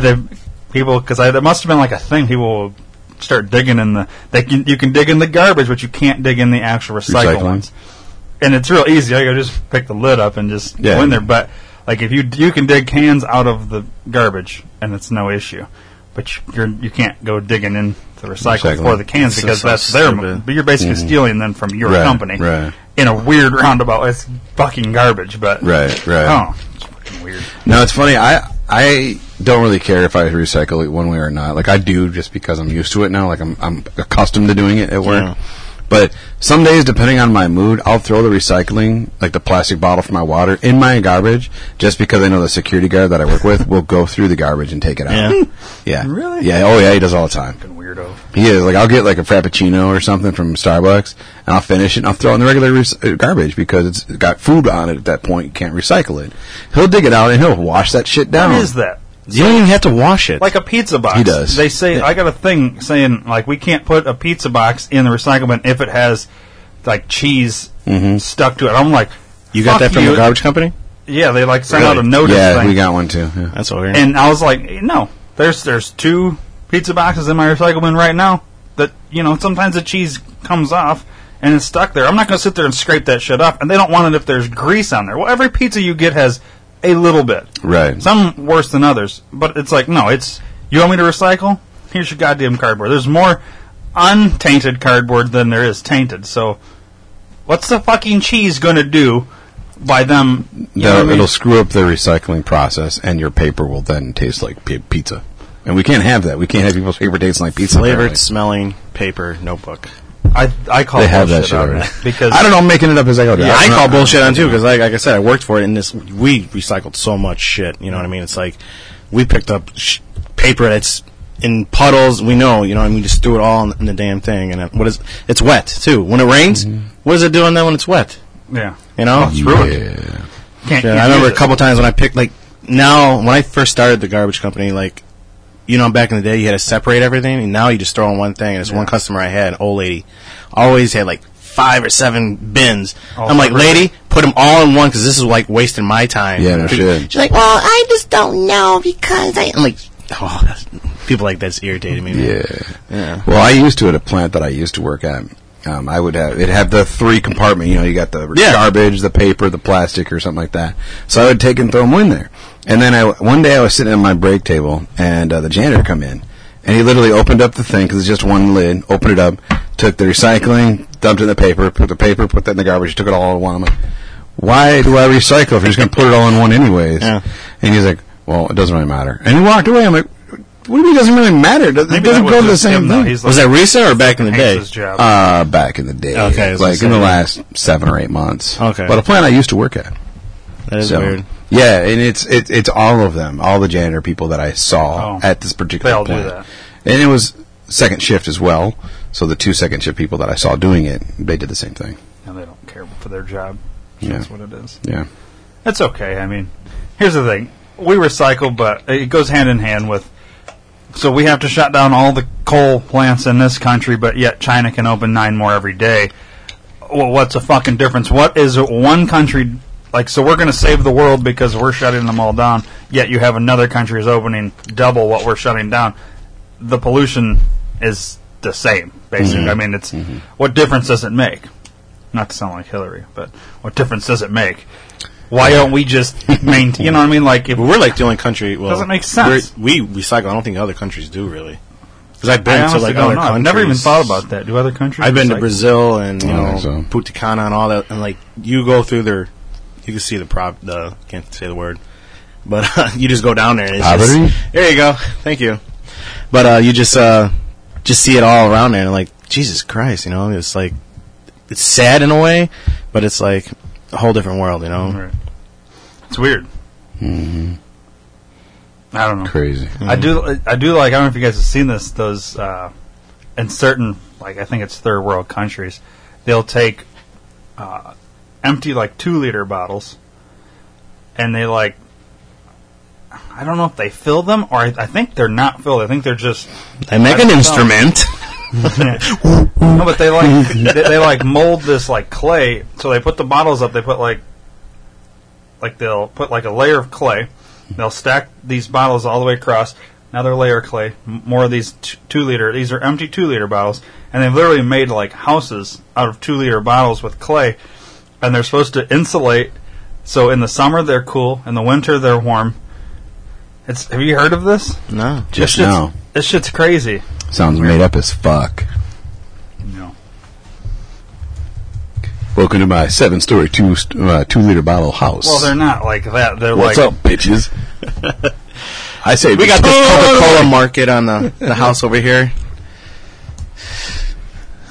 that. And the people, because there must have been like a thing people. Will start digging in the they can you can dig in the garbage but you can't dig in the actual recycle Recycling. ones and it's real easy. I gotta just pick the lid up and just Yeah. go in there. But like if you you can dig cans out of the garbage and it's no issue, but you- you're you can't go digging in the recycle Recycling. for the cans It's because so that's their. stupid. But you're basically stealing them from your Mm-hmm. Right, company right. in a weird roundabout. It's fucking garbage, but right, right. Oh, it's fucking weird. No, it's funny. I I don't really care if I recycle it one way or not. Like I do just because I'm used to it now. Like I'm I'm accustomed to doing it at work. Yeah. But some days, depending on my mood, I'll throw the recycling, like the plastic bottle for my water, in my garbage, just because I know the security guard that I work with will go through the garbage and take it out. Yeah. *laughs* yeah, Really? Yeah. Oh yeah, he does all the time. Fucking weirdo. He is like I'll get like a frappuccino or something from Starbucks, and I'll finish it and I'll throw it in the regular rec- uh, garbage because it's got food on it. At that point, you can't recycle it. He'll dig it out and he'll wash that shit down. What is that? you don't even have to wash it. Like a pizza box. Oh. He does. They say I got a thing saying like we can't put a pizza box in the recycle bin if it has like cheese Mm-hmm. stuck to it. I'm like, you got fuck that from you. the garbage company? Yeah, they like sent out a Really? notice Yeah, thing, we got one too. Yeah. That's all weird. and I was like, no, there's there's two pizza boxes in my recycle bin right now that you know sometimes the cheese comes off. And it's stuck there. I'm not going to sit there and scrape that shit up. And they don't want it if there's grease on there. Well, every pizza you get has a little bit. Right. Some worse than others, but it's like no, it's you want me to recycle? Here's your goddamn cardboard. There's more untainted cardboard than there is tainted. So what's the fucking cheese going to do by them? you know They'll- what I mean? It'll screw up the recycling process, and your paper will then taste like pi pizza. And we can't have that. We can't have people's paper tasting like pizza. flavored apparently. smelling paper notebook. I I call They have that bullshit shit on already. because I don't know. I'm making it up as I go. Yeah, don't I know. call bullshit on too because, like, like I said, I worked for it, and this we recycled so much shit. You know what I mean? It's like we picked up sh- paper that's in puddles. We know, you know, and we just threw it all in, in the damn thing. And it, what is? It's wet too. When it rains, what does it do on that when it's wet? yeah You know, it's ruined. Oh, Yeah. can't. yeah, you I remember use a couple times when I picked like now when I first started the garbage company, like you know back in the day you had to separate everything, and now you just throw in one thing. And it's one customer I had, an old lady, always had like five or seven bins. All I'm like, separate. lady, put them all in one because this is like wasting my time. Yeah, no She- shit. She's like, well, I just don't know because I. I'm like, oh, that's, people like that's irritating me. man. Yeah. Yeah. Well, I used to at a plant that I used to work at. Um, I would have it have the three compartment. You know, you got the Yeah. garbage, the paper, the plastic, or something like that. So I would take and throw them in there. And then I one day I was sitting at my break table, and uh, the janitor come in, and he literally opened up the thing because it's just one lid. Opened it up, took the recycling, dumped it in the paper, put the paper, put that in the garbage, took it all in one. I'm like, why do I recycle if you're just going to put it all in one anyways? Yeah. And he's like, well, it doesn't really matter. And he walked away. I'm like, what do you mean it doesn't really matter? It doesn't- it Maybe doesn't that go was to the just same him, though. thing. He's Was like, that recent or back in the Hanks' day? job. Uh, back in the day. Okay, I was like in gonna the say. last seven or eight months. Okay. But a plant I used to work at. That is so weird. yeah, and it's it, it's all of them, all the janitor people that I saw Oh. at this particular They all do plant. that. And it was second shift as well. So the two second shift people that I saw doing it, they did the same thing. and they don't care for their job. Yeah. That's what it is. Yeah. That's okay. I mean, here's the thing: we recycle, but it goes hand in hand with. So we have to shut down all the coal plants in this country, but yet China can open nine more every day. Well, what's a fucking difference? What is one country like? So we're going to save the world because we're shutting them all down. Yet you have another country is opening double what we're shutting down. The pollution is the same, basically. I mean, it's what difference does it make? Not to sound like Hillary, but what difference does it make? Why don't we just maintain? You know what I mean? Like, if But we're like the only country. Well, Doesn't make sense. we're- We recycle. I don't think other countries do really. Because I've I been to honestly like don't other know. countries. I've never even thought about that. Do other countries? I've been to recycle? Brazil and oh, you I don't know think so. Putacana and all that, and like you go through their, you can see the prop. The can't say the word, but *laughs* you just go down there and it's Poverty? just there. You go. Thank you. But uh, you just uh, just see it all around there, and like Jesus Christ, you know, it's like it's sad in a way, but it's like a whole different world, you know. Right. It's weird. Mm-hmm. I don't know. Crazy. I do. I do like. I don't know if you guys have seen this. Those uh, in certain, like I think it's third world countries, they'll take uh, empty like two liter bottles, and they like. I don't know if they fill them or I, I think they're not filled. I think they're just I make an Well, instrument. no, but they *laughs* like they, they like mold this like clay. So they put the bottles up. They put like like they'll put like a layer of clay. They'll stack these bottles all the way across. Another layer of clay. m- More of these t- two liter. These are empty two liter bottles, and they've literally made like houses out of two liter bottles with clay. And they're supposed to insulate. So in the summer they're cool. In the winter they're warm. It's. Have you heard of this? No, Just This shit's- now. This shit's crazy. Sounds made up as fuck. No. Welcome to my seven story two st- uh, two liter bottle house. Well, they're not like that. They're What's like up, bitches? *laughs* I say we got this Coca Cola market on the, the house over here.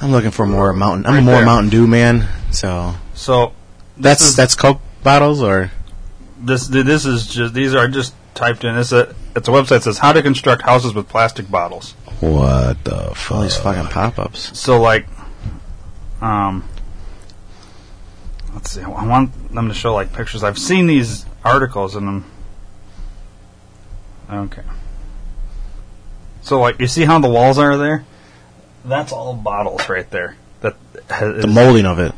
I'm looking for more mountain. I'm Right a more there. Mountain Dew man, so So That's is- that's Coke bottles or this this is just these are just typed in. It's a it's a website that says how to construct houses with plastic bottles. What the all these fuck? fucking pop ups. So like, um, let's see. I want them to show like pictures. I've seen these articles and them. Okay. So like, you see how the walls are there? That's all bottles right there. That has, The molding of it.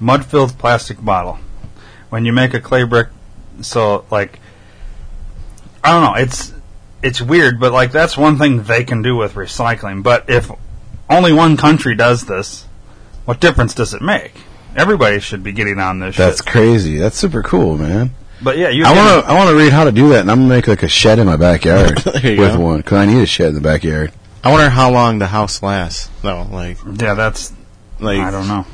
mud-filled plastic bottle. When you make a clay brick, so like, I don't know, it's it's weird, but like that's one thing they can do with recycling. But if only one country does this, what difference does it make? Everybody should be getting on this. That's shit. crazy. That's super cool, man. but yeah, you. I want to. I want to read how to do that, and I'm gonna make like a shed in my backyard with *laughs* There you go. one. Cause I need a shed in the backyard. I wonder how long the house lasts. No, like Yeah, that's. like I don't know.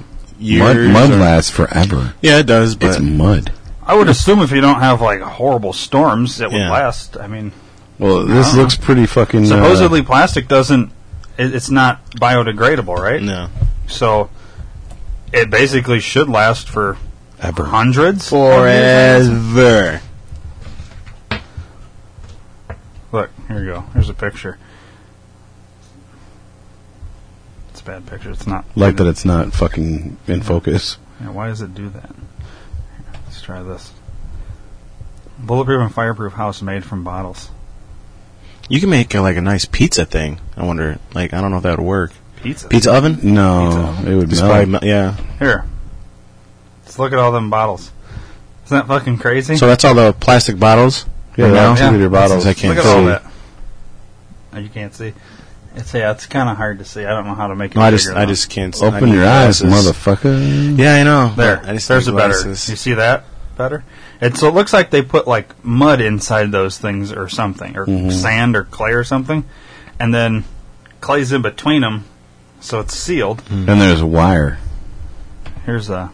Mud, years. mud or- lasts forever. Yeah, it does, it's but mud. I would assume if you don't have like horrible storms, it would Yeah. last. I mean, Well, this Uh-huh. looks pretty fucking. uh, supposedly plastic doesn't. It, it's not biodegradable, right? no. So it basically should last for ever. hundreds. Forever. Look, here you go. Here's a picture. It's a bad picture. It's not like that. It's not fucking in focus. Yeah, why does it do that? Here, Let's try this. Bulletproof and fireproof house made from bottles. You can make uh, like a nice pizza thing. I wonder like I don't know if that would work. Pizza. Pizza oven? No, Pizza. it would It's melt. probably mel- yeah. Here. Let's look at all them bottles. Isn't that fucking crazy? So that's all the plastic bottles. Yeah, Right now? that's two-liter bottles. I can't look at all see. that. Oh, you can't see. It's yeah, it's kind of hard to see. I don't know how to make it. No, I just, bigger, I though. just can't. I Open need your eyes, glasses. motherfucker. Yeah, I know. there. I just There's a need better. You glasses. see that better? And so it looks like they put like mud inside those things or something, or Mm-hmm. sand or clay or something, and then clay's in between them, so it's sealed. And there's wire. Here's a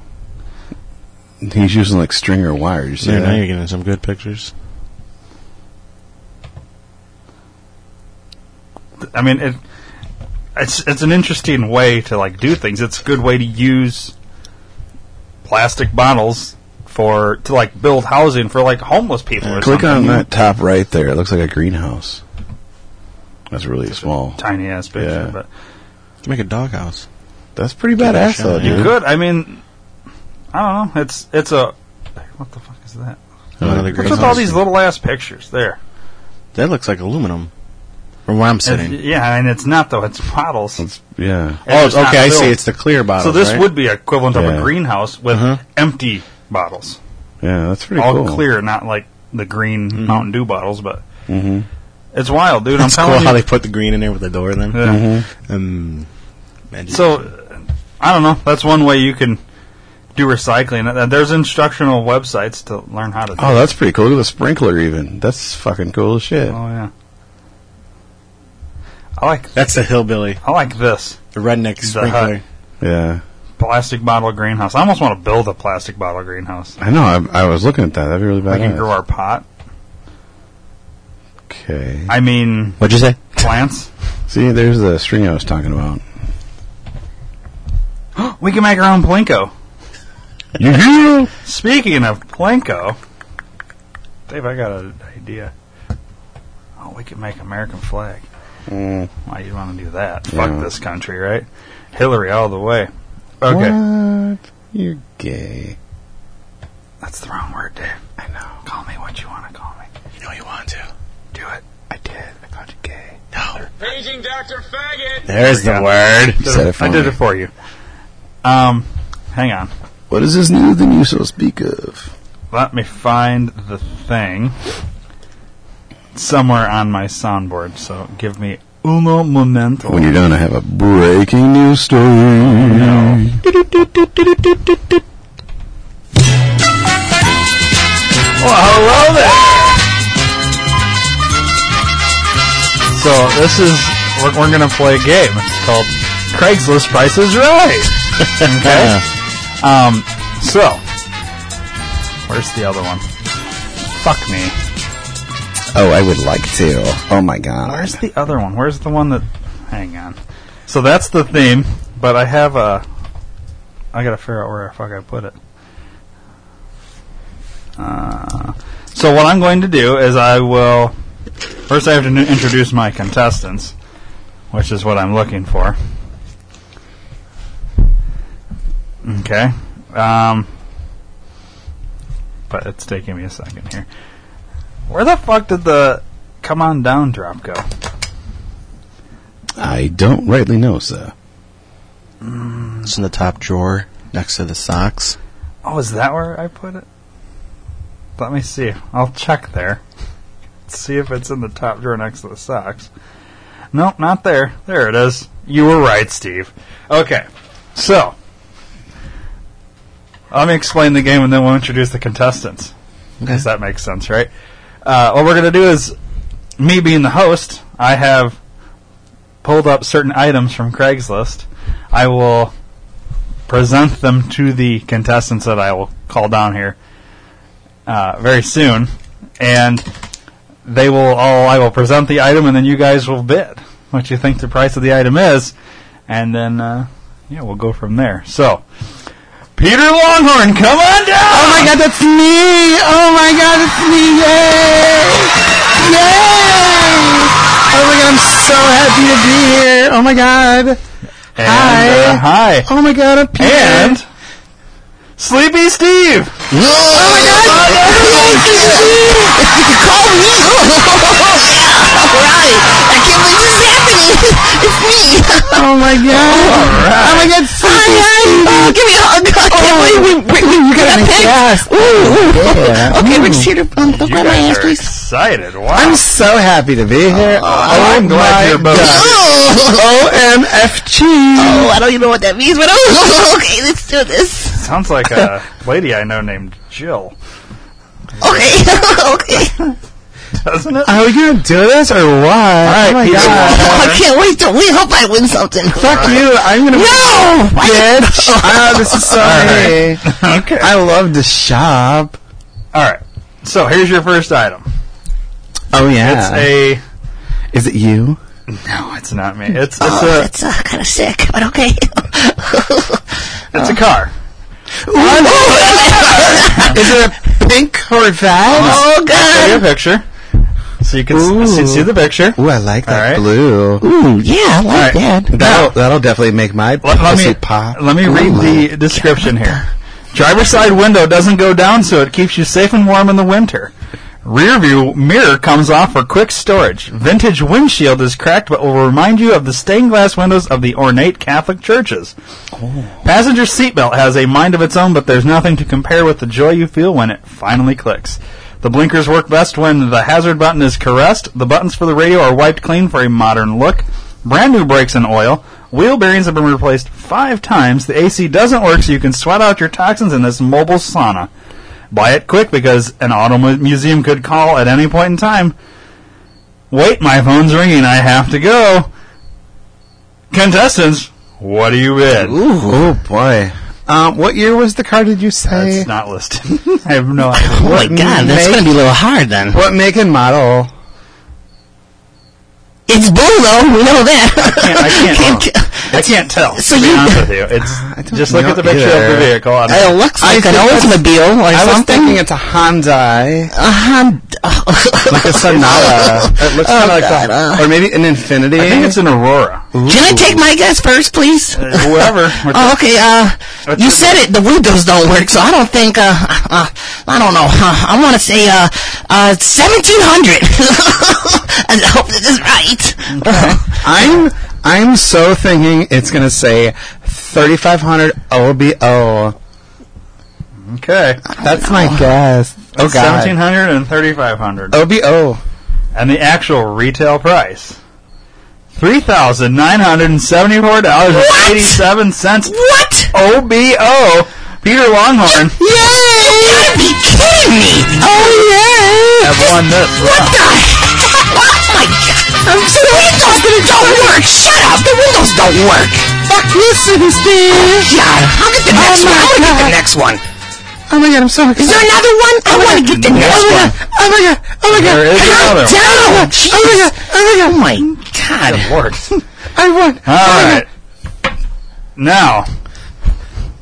He's using like string or wire. You see There, that? now you're getting some good pictures. I mean, it, it's it's an interesting way to like do things. It's a good way to use plastic bottles for to like build housing for like homeless people. Or Click on something. that top right there. It looks like a greenhouse. That's really small. tiny ass picture, Yeah. but To make a doghouse. That's pretty Give it a badass, though, shot. you dude. could. I mean, I don't know. It's it's a what the fuck is that? Another What's with all these little ass pictures there? That looks like aluminum. From where I'm sitting. And- yeah, and it's not though. It's bottles. It's- yeah. And oh, it's not okay. I see. filled. It's the clear bottle. so this would be equivalent of Yeah. a greenhouse with Uh-huh. empty bottles, Yeah, that's pretty all cool. Mm-hmm. clear, not like the green Mountain Dew bottles, but. It's wild, dude. I'm It's cool telling how you. they put the green in there with the door. Then. Mm-hmm. Yeah. Um, and- So, uh, I don't know. That's one way you can do recycling. Uh, There's instructional websites to learn how to do. Oh, that's pretty cool. Look at the sprinkler, even. That's fucking cool as shit. Oh yeah. I like that's the hillbilly, I like this the redneck sprinkler. hut. Yeah. plastic bottle greenhouse. I almost want to build a plastic bottle greenhouse. I know. I, I was looking at that. That'd be really We can badass. grow our pot. okay. I mean, What'd you say? plants. *gasps* See, there's the string I was talking about. we can make our own plinko. You hear? Speaking of plinko, Dave, I got an idea. Oh, we could make American flag. Mm. Why you want to do that? Yeah. Fuck this country, right? Hillary all the way. Okay, What? You're gay. that's the wrong word, Dave. I know. Call me what you want to call me. You know you want to. Do it. I did. I called you gay. No. Paging Dr. Faggot! There's the word. You said it for I did me. it for you. Um, hang on. What is this new than you so speak of? Let me find the thing somewhere on my soundboard. So give me uno momento. When you're done, I have a breaking news story. No. Well, hello there. So this is we're, we're gonna play a game. It's called Craigslist Price is Right. Okay. Um. So where's the other one? Fuck me. Oh, I would like to. Oh my god. Where's the other one? Where's the one that? Hang on. So that's the theme, but I have a. I gotta figure out where the fuck I put it. Uh, so what I'm going to do is I will. First, I have to n- introduce my contestants, which is what I'm looking for. Okay. Um, but it's taking me a second here. Where the fuck did the come on down drop go? I don't rightly know, sir. Mm, It's in the top drawer next to the socks. Oh, is that where I put it? Let me see. I'll check there. See if it's in the top drawer next to the socks. Nope, not there. There it is. You were right, Steve. Okay, so let me explain the game and then we'll introduce the contestants. Because that makes sense, right? Uh, what we're going to do is, me being the host, I have pulled up certain items from Craigslist. I will present them to the contestants that I will call down here uh, very soon, and they will all I will present the item, and then you guys will bid what you think the price of the item is, and then uh, yeah, we'll go from there. So. Peter Longhorn, come on down! Oh my god, that's me! Oh my god, it's me! Yay! Yay! Oh my god, I'm so happy to be here! Oh my god! hi! uh, hi! Oh my god, a Peter. and Sleepy Steve. Oh my god! Right. I can't believe this happened *laughs* It's me! Oh my god! Oh my god! Hi, hi! Oh, give me a hug! I can't believe we, we, we, we got a picked. guest. Ooh, ooh. Yeah. Okay, we're just here to um, go You grab my guys ass, are please. excited. Wow. I'm so happy to be here. oh I'm glad my you're both- god! OMFG! Uh, Oh, I don't even know what that means, but oh, *laughs* okay, let's do this. Sounds like a lady I know named Jill, Okay, *laughs* okay. doesn't it? Oh, Are we gonna do this or what? oh my people. god! Oh, I can't wait to. We hope I win something. Fuck you! I'm gonna. No! *laughs* Bitch! Ah, this is so right. *laughs* mean. Okay. I love to shop. All right. So here's your first item. Oh yeah. It's a. is it you? No, it's not me. It's it's Oh, a that's uh, kind of sick, but okay. *laughs* Uh, it's a car. *laughs* Is it a pink Corvette? oh Show you a God! picture, so you can Ooh. s- see, see the picture. Ooh, I like Alright. that blue. Ooh, yeah, I like All right. that. That'll, that'll definitely make my Let, let pussy me pop. let me read Uh-huh. Ooh. the description here. Driver's side window doesn't go down, so it keeps you safe and warm in the winter. Rear view mirror comes off for quick storage. Vintage windshield is cracked, but will remind you of the stained glass windows of the ornate Catholic churches. Passenger seatbelt has a mind of its own, but there's nothing to compare with the joy you feel when it finally clicks. The blinkers work best when the hazard button is caressed. The buttons for the radio are wiped clean for a modern look. Brand new brakes and oil. Wheel bearings have been replaced five times. The AC doesn't work, so you can sweat out your toxins in this mobile sauna. Buy it quick because an auto mu- museum could call at any point in time. Wait, my phone's ringing. I have to go. Contestants, what do you bid? Ooh. Oh boy. Um, what year was the car? Did you say? That's not listed. *laughs* I have no idea. *laughs* Oh my God, that's make- Mm, gonna be a little hard then. what make and model? It's bull though. We know that. I can't- *laughs* Can't- I can't tell. So to be you- honest with you, *laughs* I it's don't just look know at the picture of either. the vehicle. I don't- It looks I like think an that's- Oldsmobile or I was thinking something. Oh. it's a Hyundai, A Honda. like *laughs* a Sonata. Oh, it looks kind of like God, a, uh. or maybe an Infinity. I think it's an Aurora. Can I take my guess first, please? Uh, Whoever. We're *laughs* Oh, okay. Uh, What's you your- said it. The windows don't work, so I don't think. Uh, uh I don't know. Uh, I want to say uh, uh, seventeen hundred. *laughs* I hope this is right. Uh-huh. I'm I'm so thinking it's gonna say 3500 OBO. Okay. That's my guess. Oh Seventeen god. hundred and thirty-five hundred, OBO. and the actual retail price three thousand nine hundred and seventy-four dollars and eighty-seven cents. what? OBO. Peter Longhorn Yay! You gotta be kidding me! Oh yeah! have won this. What round. the? oh my god! So the windows don't work. Shut up! The windows don't work. Fuck you, City Steve. God, I'll get the my next one. I'll get God. the next one. Oh my god, I'm so Is excited. there another one? I want to get the next Next one. one. Oh my god. Oh my god. There is another one. Down. Oh my god. Oh my god. my god. It works. I won. Oh All right. Now,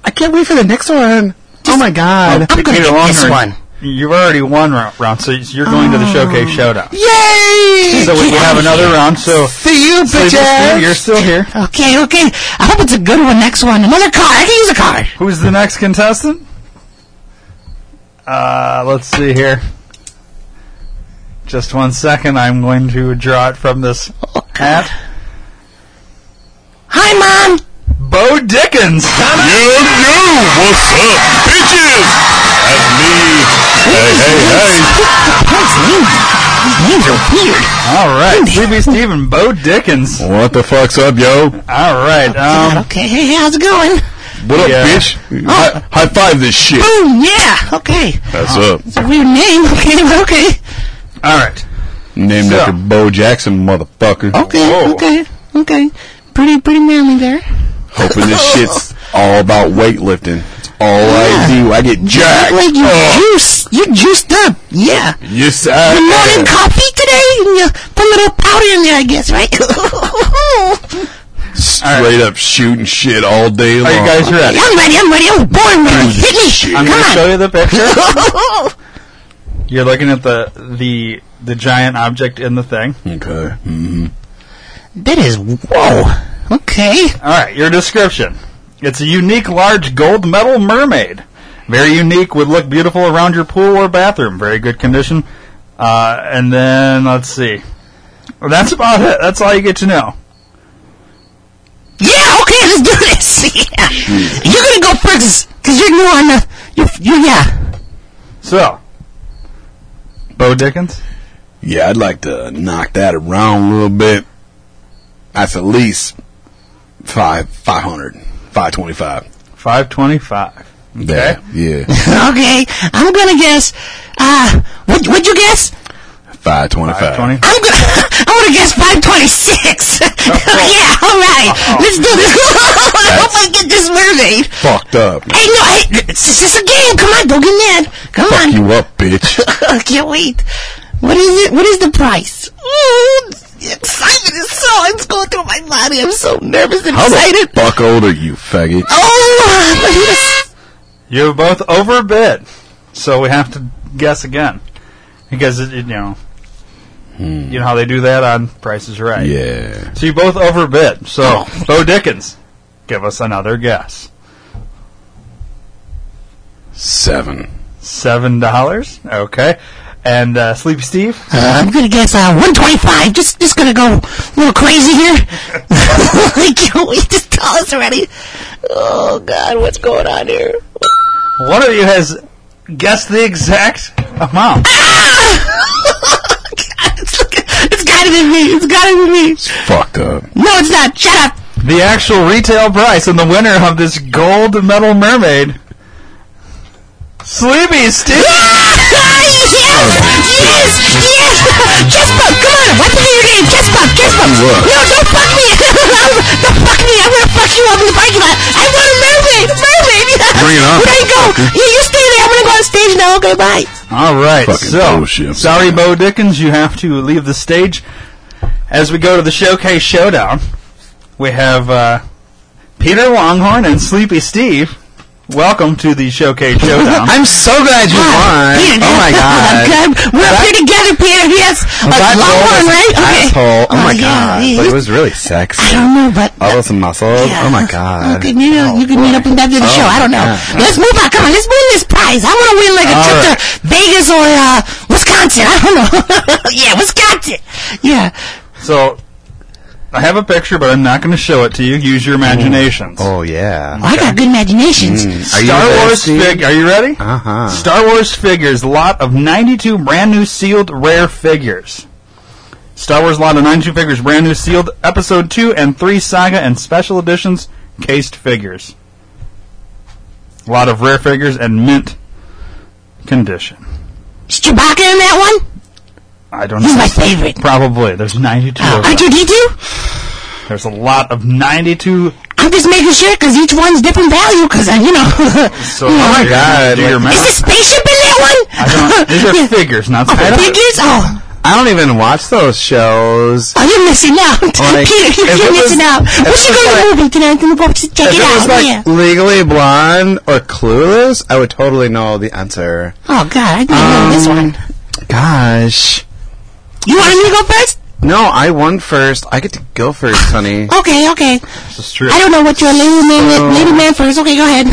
I can't wait for the next one. oh my god. I'm gonna Peter get this Longhorn, one. You've already won ro- round, so you're going to the Oh. showcase showdown. Yay! So we Yeah. have another round. So See you, Sleepless bitch Steve, you're still here. Okay, okay. I hope it's a good one. Next one. Another car. I can use a car. Who's the next contestant? Uh, let's see here. Just one second. I'm going to draw it from this Oh, hat. Hi, mom. Bo Dickens. Yo, yo, what's up, bitches? That's me. Hey, hey, hey. His name. His names are weird. All *laughs* right, CB Steven. Bo Dickens. All What the fuck's up, yo? right. Um, Okay, hey, hey, how's it going? What up, Yeah. bitch? Hi- high five this shit. Boom. Yeah. Okay. That's up. It's a weird name. Okay, but okay. all right. Named So- after Bo Jackson, motherfucker. Okay. Oh. Okay. Okay. Pretty, pretty manly there. Hoping this shit's all about weightlifting. It's all I do. I get jacked. Look like you Oh, juice. You juiced up. Yeah. yes, I Good morning am. coffee today. And you put a little powder in there, I guess, right? *laughs* Straight up shooting shit all day long. Are you guys ready? I'm ready. I'm ready. I'm born ready. Hit me. I'm Come going to on. show you the picture. You're looking at the the the giant object in the thing. Okay. hmm *laughs* that is whoa. Okay. All right, your description. It's a unique large gold metal mermaid. Very unique, would look beautiful around your pool or bathroom. Very good condition. Uh, and then, let's see. Well, that's about it. That's all you get to know. let's do this. *laughs* yeah. Hmm. You're gonna go first because you're new on the. You, you yeah. *laughs* So, Bo Dickens. Yeah, I'd like to knock that around a little bit. That's at least five, 500, 525. 525. Yeah, yeah. okay, I'm gonna guess. Uh, what what'd you guess? 525. 520. Uh, I'm gonna. *laughs* I want to guess *laughs* 526. Oh. yeah, all right. Let's do this. *laughs* Hope I get this mermaid. Fucked up. Hey, no, hey, it's it's just a game. Come on, don't get mad. Come Fuck on. you up, bitch. *laughs* I can't wait. What is it? What is the price? Ooh, the excitement is so. It's going through my body. I'm so nervous and How the excited. fuck old are you, faggot? Oh, my goodness. You both overbid, so we have to guess again because it, it, you know you know how they do that on Price is Right. Yeah. So you both overbid. So Bo Dickens, give us another guess. Seven. Seven dollars. Okay. And uh, Sleepy Steve. Uh, I'm gonna guess uh, 125. Just just gonna go a little crazy here. *laughs* I can't wait. Just tell us already. Oh God, what's going on here? *laughs* One of you has guessed the exact amount. It's, it's gotta be me. It's gotta be me. Fucked up. No, it's not. Shut up. The actual retail price and the winner of this gold metal mermaid, Sleepy *laughs* Steve. yes, yes, yes. Chest bump, come on. What's the name of your name? Chest bump, chest bump. What? No, don't fuck me. *laughs* don't fuck me. I'm gonna fuck you up in the parking lot. I want a mermaid, mermaid. Bring it on, Where do I go? Yeah, you stay there. I'm gonna go on stage now. Okay, bye. All right, Fucking so bullshit. sorry, Bo Dickens, you have to leave the stage. As we go to the showcase showdown, we have uh, Peter Longhorn and Sleepy Steve. Welcome to the showcase showdown. *laughs* I'm so glad you Hi, Peter, won. Oh my I'm god. *laughs* good. We're up here together, Peter. Yes, a That long girl one, was right? an Okay. Asshole. Oh, my yeah, god. yeah, But you- it was really sexy. I don't know, but All those muscles. Yeah. Oh my god. Oh, Okay, maybe you can meet up and after the show. I don't know. yeah. Oh. Let's move on. Come on, let's win this prize. I want to win like a All trip to Vegas or uh, Wisconsin. I don't know. *laughs* yeah, Wisconsin. Yeah. so I have a picture, but I'm not going to show it to you. Use your imaginations. Oh yeah. Well, I got good imaginations. Are you Star Wars nasty? fig. Are you ready? Uh-huh. Star Wars figures. Lot of 92 brand new sealed rare figures. Star Wars lot of 92 figures, brand new sealed episode 2 and 3 saga and special editions cased figures. A lot of rare figures and mint condition. Is Chewbacca in that one? I don't He's know. my favorite. Oh, Probably. There's 92 of them. R2D2? There's a lot of 92. I'm just making sure because each one's different value because, uh, *laughs* you know. So oh you know. *laughs* my god. Do your Is the math. spaceship in that one? I don't, these *laughs* are figures, not figures. Figures? Oh. I don't even watch those shows. Oh, you're missing out. Like, *laughs* Peter, if you're it missing was- out. if We it should go was to the like- movie tonight and we'll just check If it it was out. like yeah. Legally Blonde or Clueless, I would totally know the answer. Oh, God, I didn't know this one. Gosh. You want me to go first? No, I won first. I get to go first, honey. Okay, okay. This is true. Uh, I don't know what your lady man lady man first. Okay, go ahead.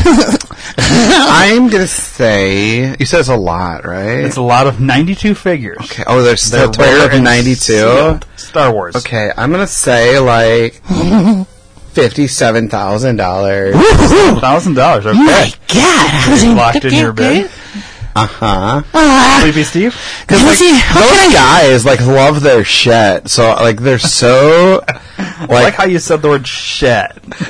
*laughs* I'm gonna say you said it's a lot, right? It's a lot of 92 figures. okay. Oh, there's They're the total rare of and 92. sealed. Star Wars. Okay, I'm gonna say like *laughs* fifty-seven thousand dollars. Thousand dollars. Okay. My God. Locked in your bed. Uh huh. Uh, Sleepy Steve. let's Like, see. How can those I- guys like love their shit, so like they're *laughs* so I like. like how you said the word shit. *laughs*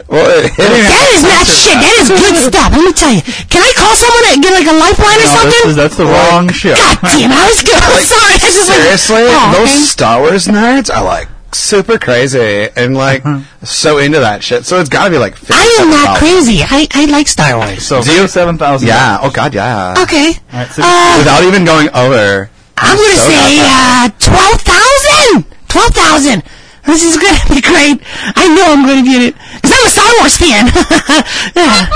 well, *laughs* it- That is not shit. That is good stuff. Let me tell you. Can I call someone and get like a lifeline or No, this something? is, that's the wrong shit. God damn! I was good. I'm *laughs* sorry. I just seriously, Like, oh, okay. those Star Wars nerds are like super crazy and like so into that shit. So it's gotta be like. Uh-huh. I am not $57,000. crazy. I, I like Star Wars. So seven thousand. Yeah. Oh god. Yeah. Okay. right, so- uh, Without even going over. I'm gonna so say uh, twelve thousand. Twelve thousand. This is gonna be great. I know I'm gonna get it because I'm a Star Wars fan. *laughs* Yeah.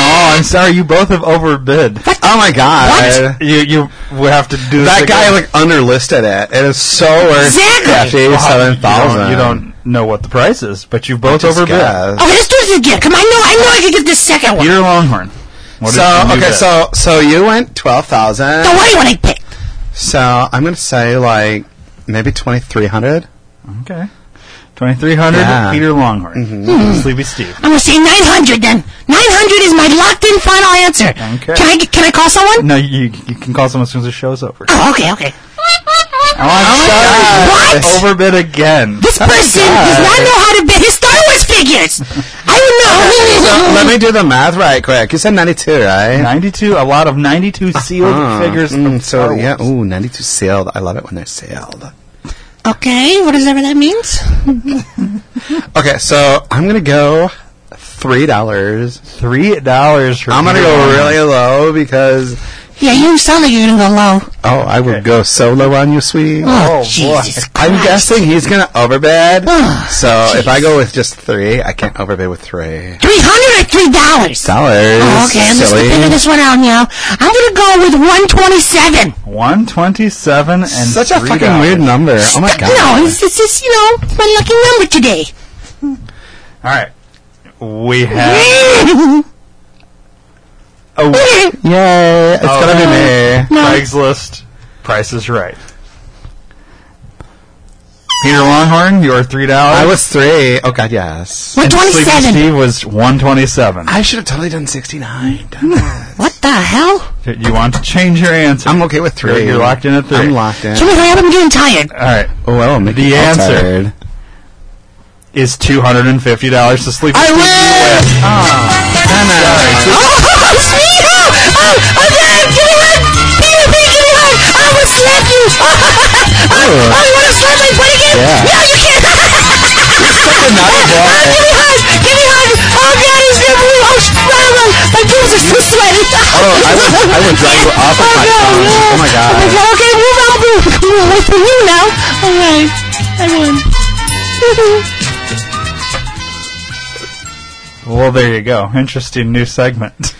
Oh, I'm sorry. You both have overbid. Oh my god. What? You you we have to do That this guy again. like underlisted it. It is so worth Exactly. fifty-seven thousand. You don't, you don't know what the price is, but you both overbid. Oh. okay, let's do this again. Come on, I know I know I can get this second one. Peter Longhorn. What So did you okay, bid? so so you went twelve thousand. Don't worry what I picked. *gasps* So I'm gonna say like maybe twenty-three hundred. okay, 2300 Yeah. Mm-hmm. Peter Longhorn. Sleepy Steve. I'm gonna say 900 then. 900 is my locked in final answer. Okay. Can I get- can I call someone? No, you, you can call someone as soon as the show's over. Oh, okay, okay. Oh I'm God. What? Overbid again. This person does not know how to bid his Star Wars figures. I don't know. *laughs* Let me do the math right quick. You said 92, right? 92, a lot of 92 sealed Uh, figures. mm, from Star so, yeah. Wars. Ooh, 92 sealed. I love it when they're sealed. Okay, what does ever that means? Okay, so I'm going to go $3. Three dollars. I'm going to go really low because. Yeah, you sound like you're gonna go low. Oh, I would go so low on you, sweetie. Oh, Oh, boy. Jesus I'm Christ. guessing he's going to overbid. Ugh, so if I go with just three, I can't overbid with three. 300 or $3? dollars? Dollars. Oh, okay, I'm just gonna silly. figure this one out now. I'm gonna go with 127. One twenty-seven and Such a $3. fucking weird number. Oh my god. No, it's, it's just, you know, my lucky number today. All right, we Uh, have. oh. a Yay! It's Oh. gonna be me. Craigslist. Price is right. Peter Longhorn, your three I dollars. was three. Oh god, yes. And Sleepy 127. Steve was one twenty-seven. I should have totally done sixty-nine. What the hell? You want to change your answer? *laughs* I'm okay with You're- three. you're locked in at three. I'm locked in. Jimmy, hurry up, I'm getting tired. All right, Oh well, make The me all answer. tired. is two hundred and fifty dollars to sleep. I win. Oh, *laughs* sweet! Oh, oh, oh, God, give me one! Peter, Peter, give me one! I will slap you! *laughs* oh, oh, you want to slap my butt again? Yeah. No, you can't! *laughs* oh, give me hug! Give me hug! Oh, God, he's going to move! Oh, sh- no, no, no, my boobs are so sweaty! *laughs* Oh, I would, I would drag you off with oh, my God, tongue. no. Oh my Oh, my god. God, okay, move on, move! Move away from you now! All right, I won. *laughs* Well, there you go. Interesting new segment.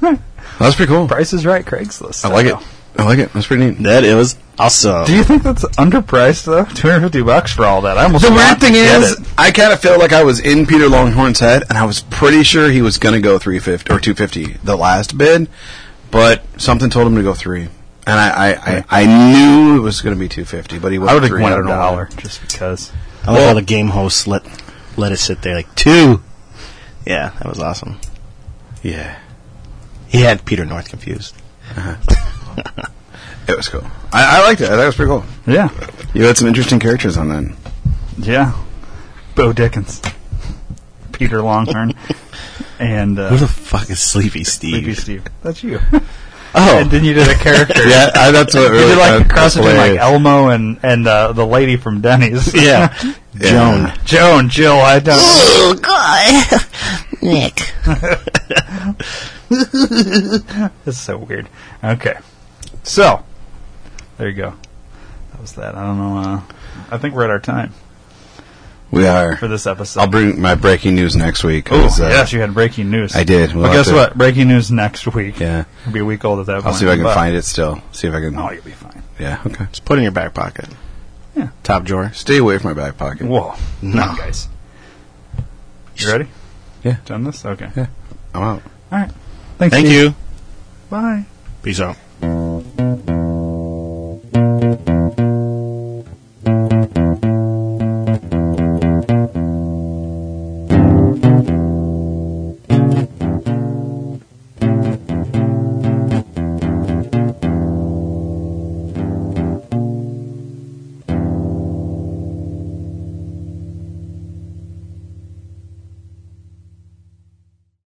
That's pretty cool. Price is right, Craigslist. I like it. I like it. That's pretty neat. That is awesome. Do you think that's underpriced though? Two hundred fifty bucks for all that. I almost The want weird thing to get is, it. I kind of feel like I was in Peter Longhorn's head, and I was pretty sure he was going to go three fifty or two fifty the last bid, but something told him to go three, and I I, I, I knew it was going to be two fifty, but he went I would have three. went a don't know why. dollar just because. I love how the game hosts let let it sit there like two. Yeah, that was awesome. Yeah, He had Peter North confused. it was cool. I, I liked it. That was pretty cool. Yeah, You had some interesting characters on that. yeah. Bo Dickens, Peter *laughs* Longhorn, and uh, Who the fuck is Sleepy Steve? Sleepy Steve. That's you. *laughs* Oh, And then you did a character. yeah, I, that's what You *laughs* really did like uh, a cross between like hilarious. Elmo and and uh, the lady from Denny's. *laughs* Yeah, *laughs* Yeah. Joan. Joan, Jill, I don't. Oh, God. *laughs* Nick. That's so weird. Okay, so there you go. That was that. I don't know. Uh, I think we're at our time We are. for this episode. I'll bring my breaking news next week. Oh 'cause, uh, yes, you had breaking news. I did. We'll well, have guess to- what? Breaking news next week. Yeah, It'll be a week old at that point. I'll see if I can but- find it still. See if I can. Oh, you'll be fine. Yeah. Okay. Just put it in your back pocket. Yeah. Top drawer. Stay away from my back pocket. Whoa, No. guys, you ready? Yeah. Done this? Okay. I'm out. All right. Thanks. Thank Steve. you. Bye. Peace out.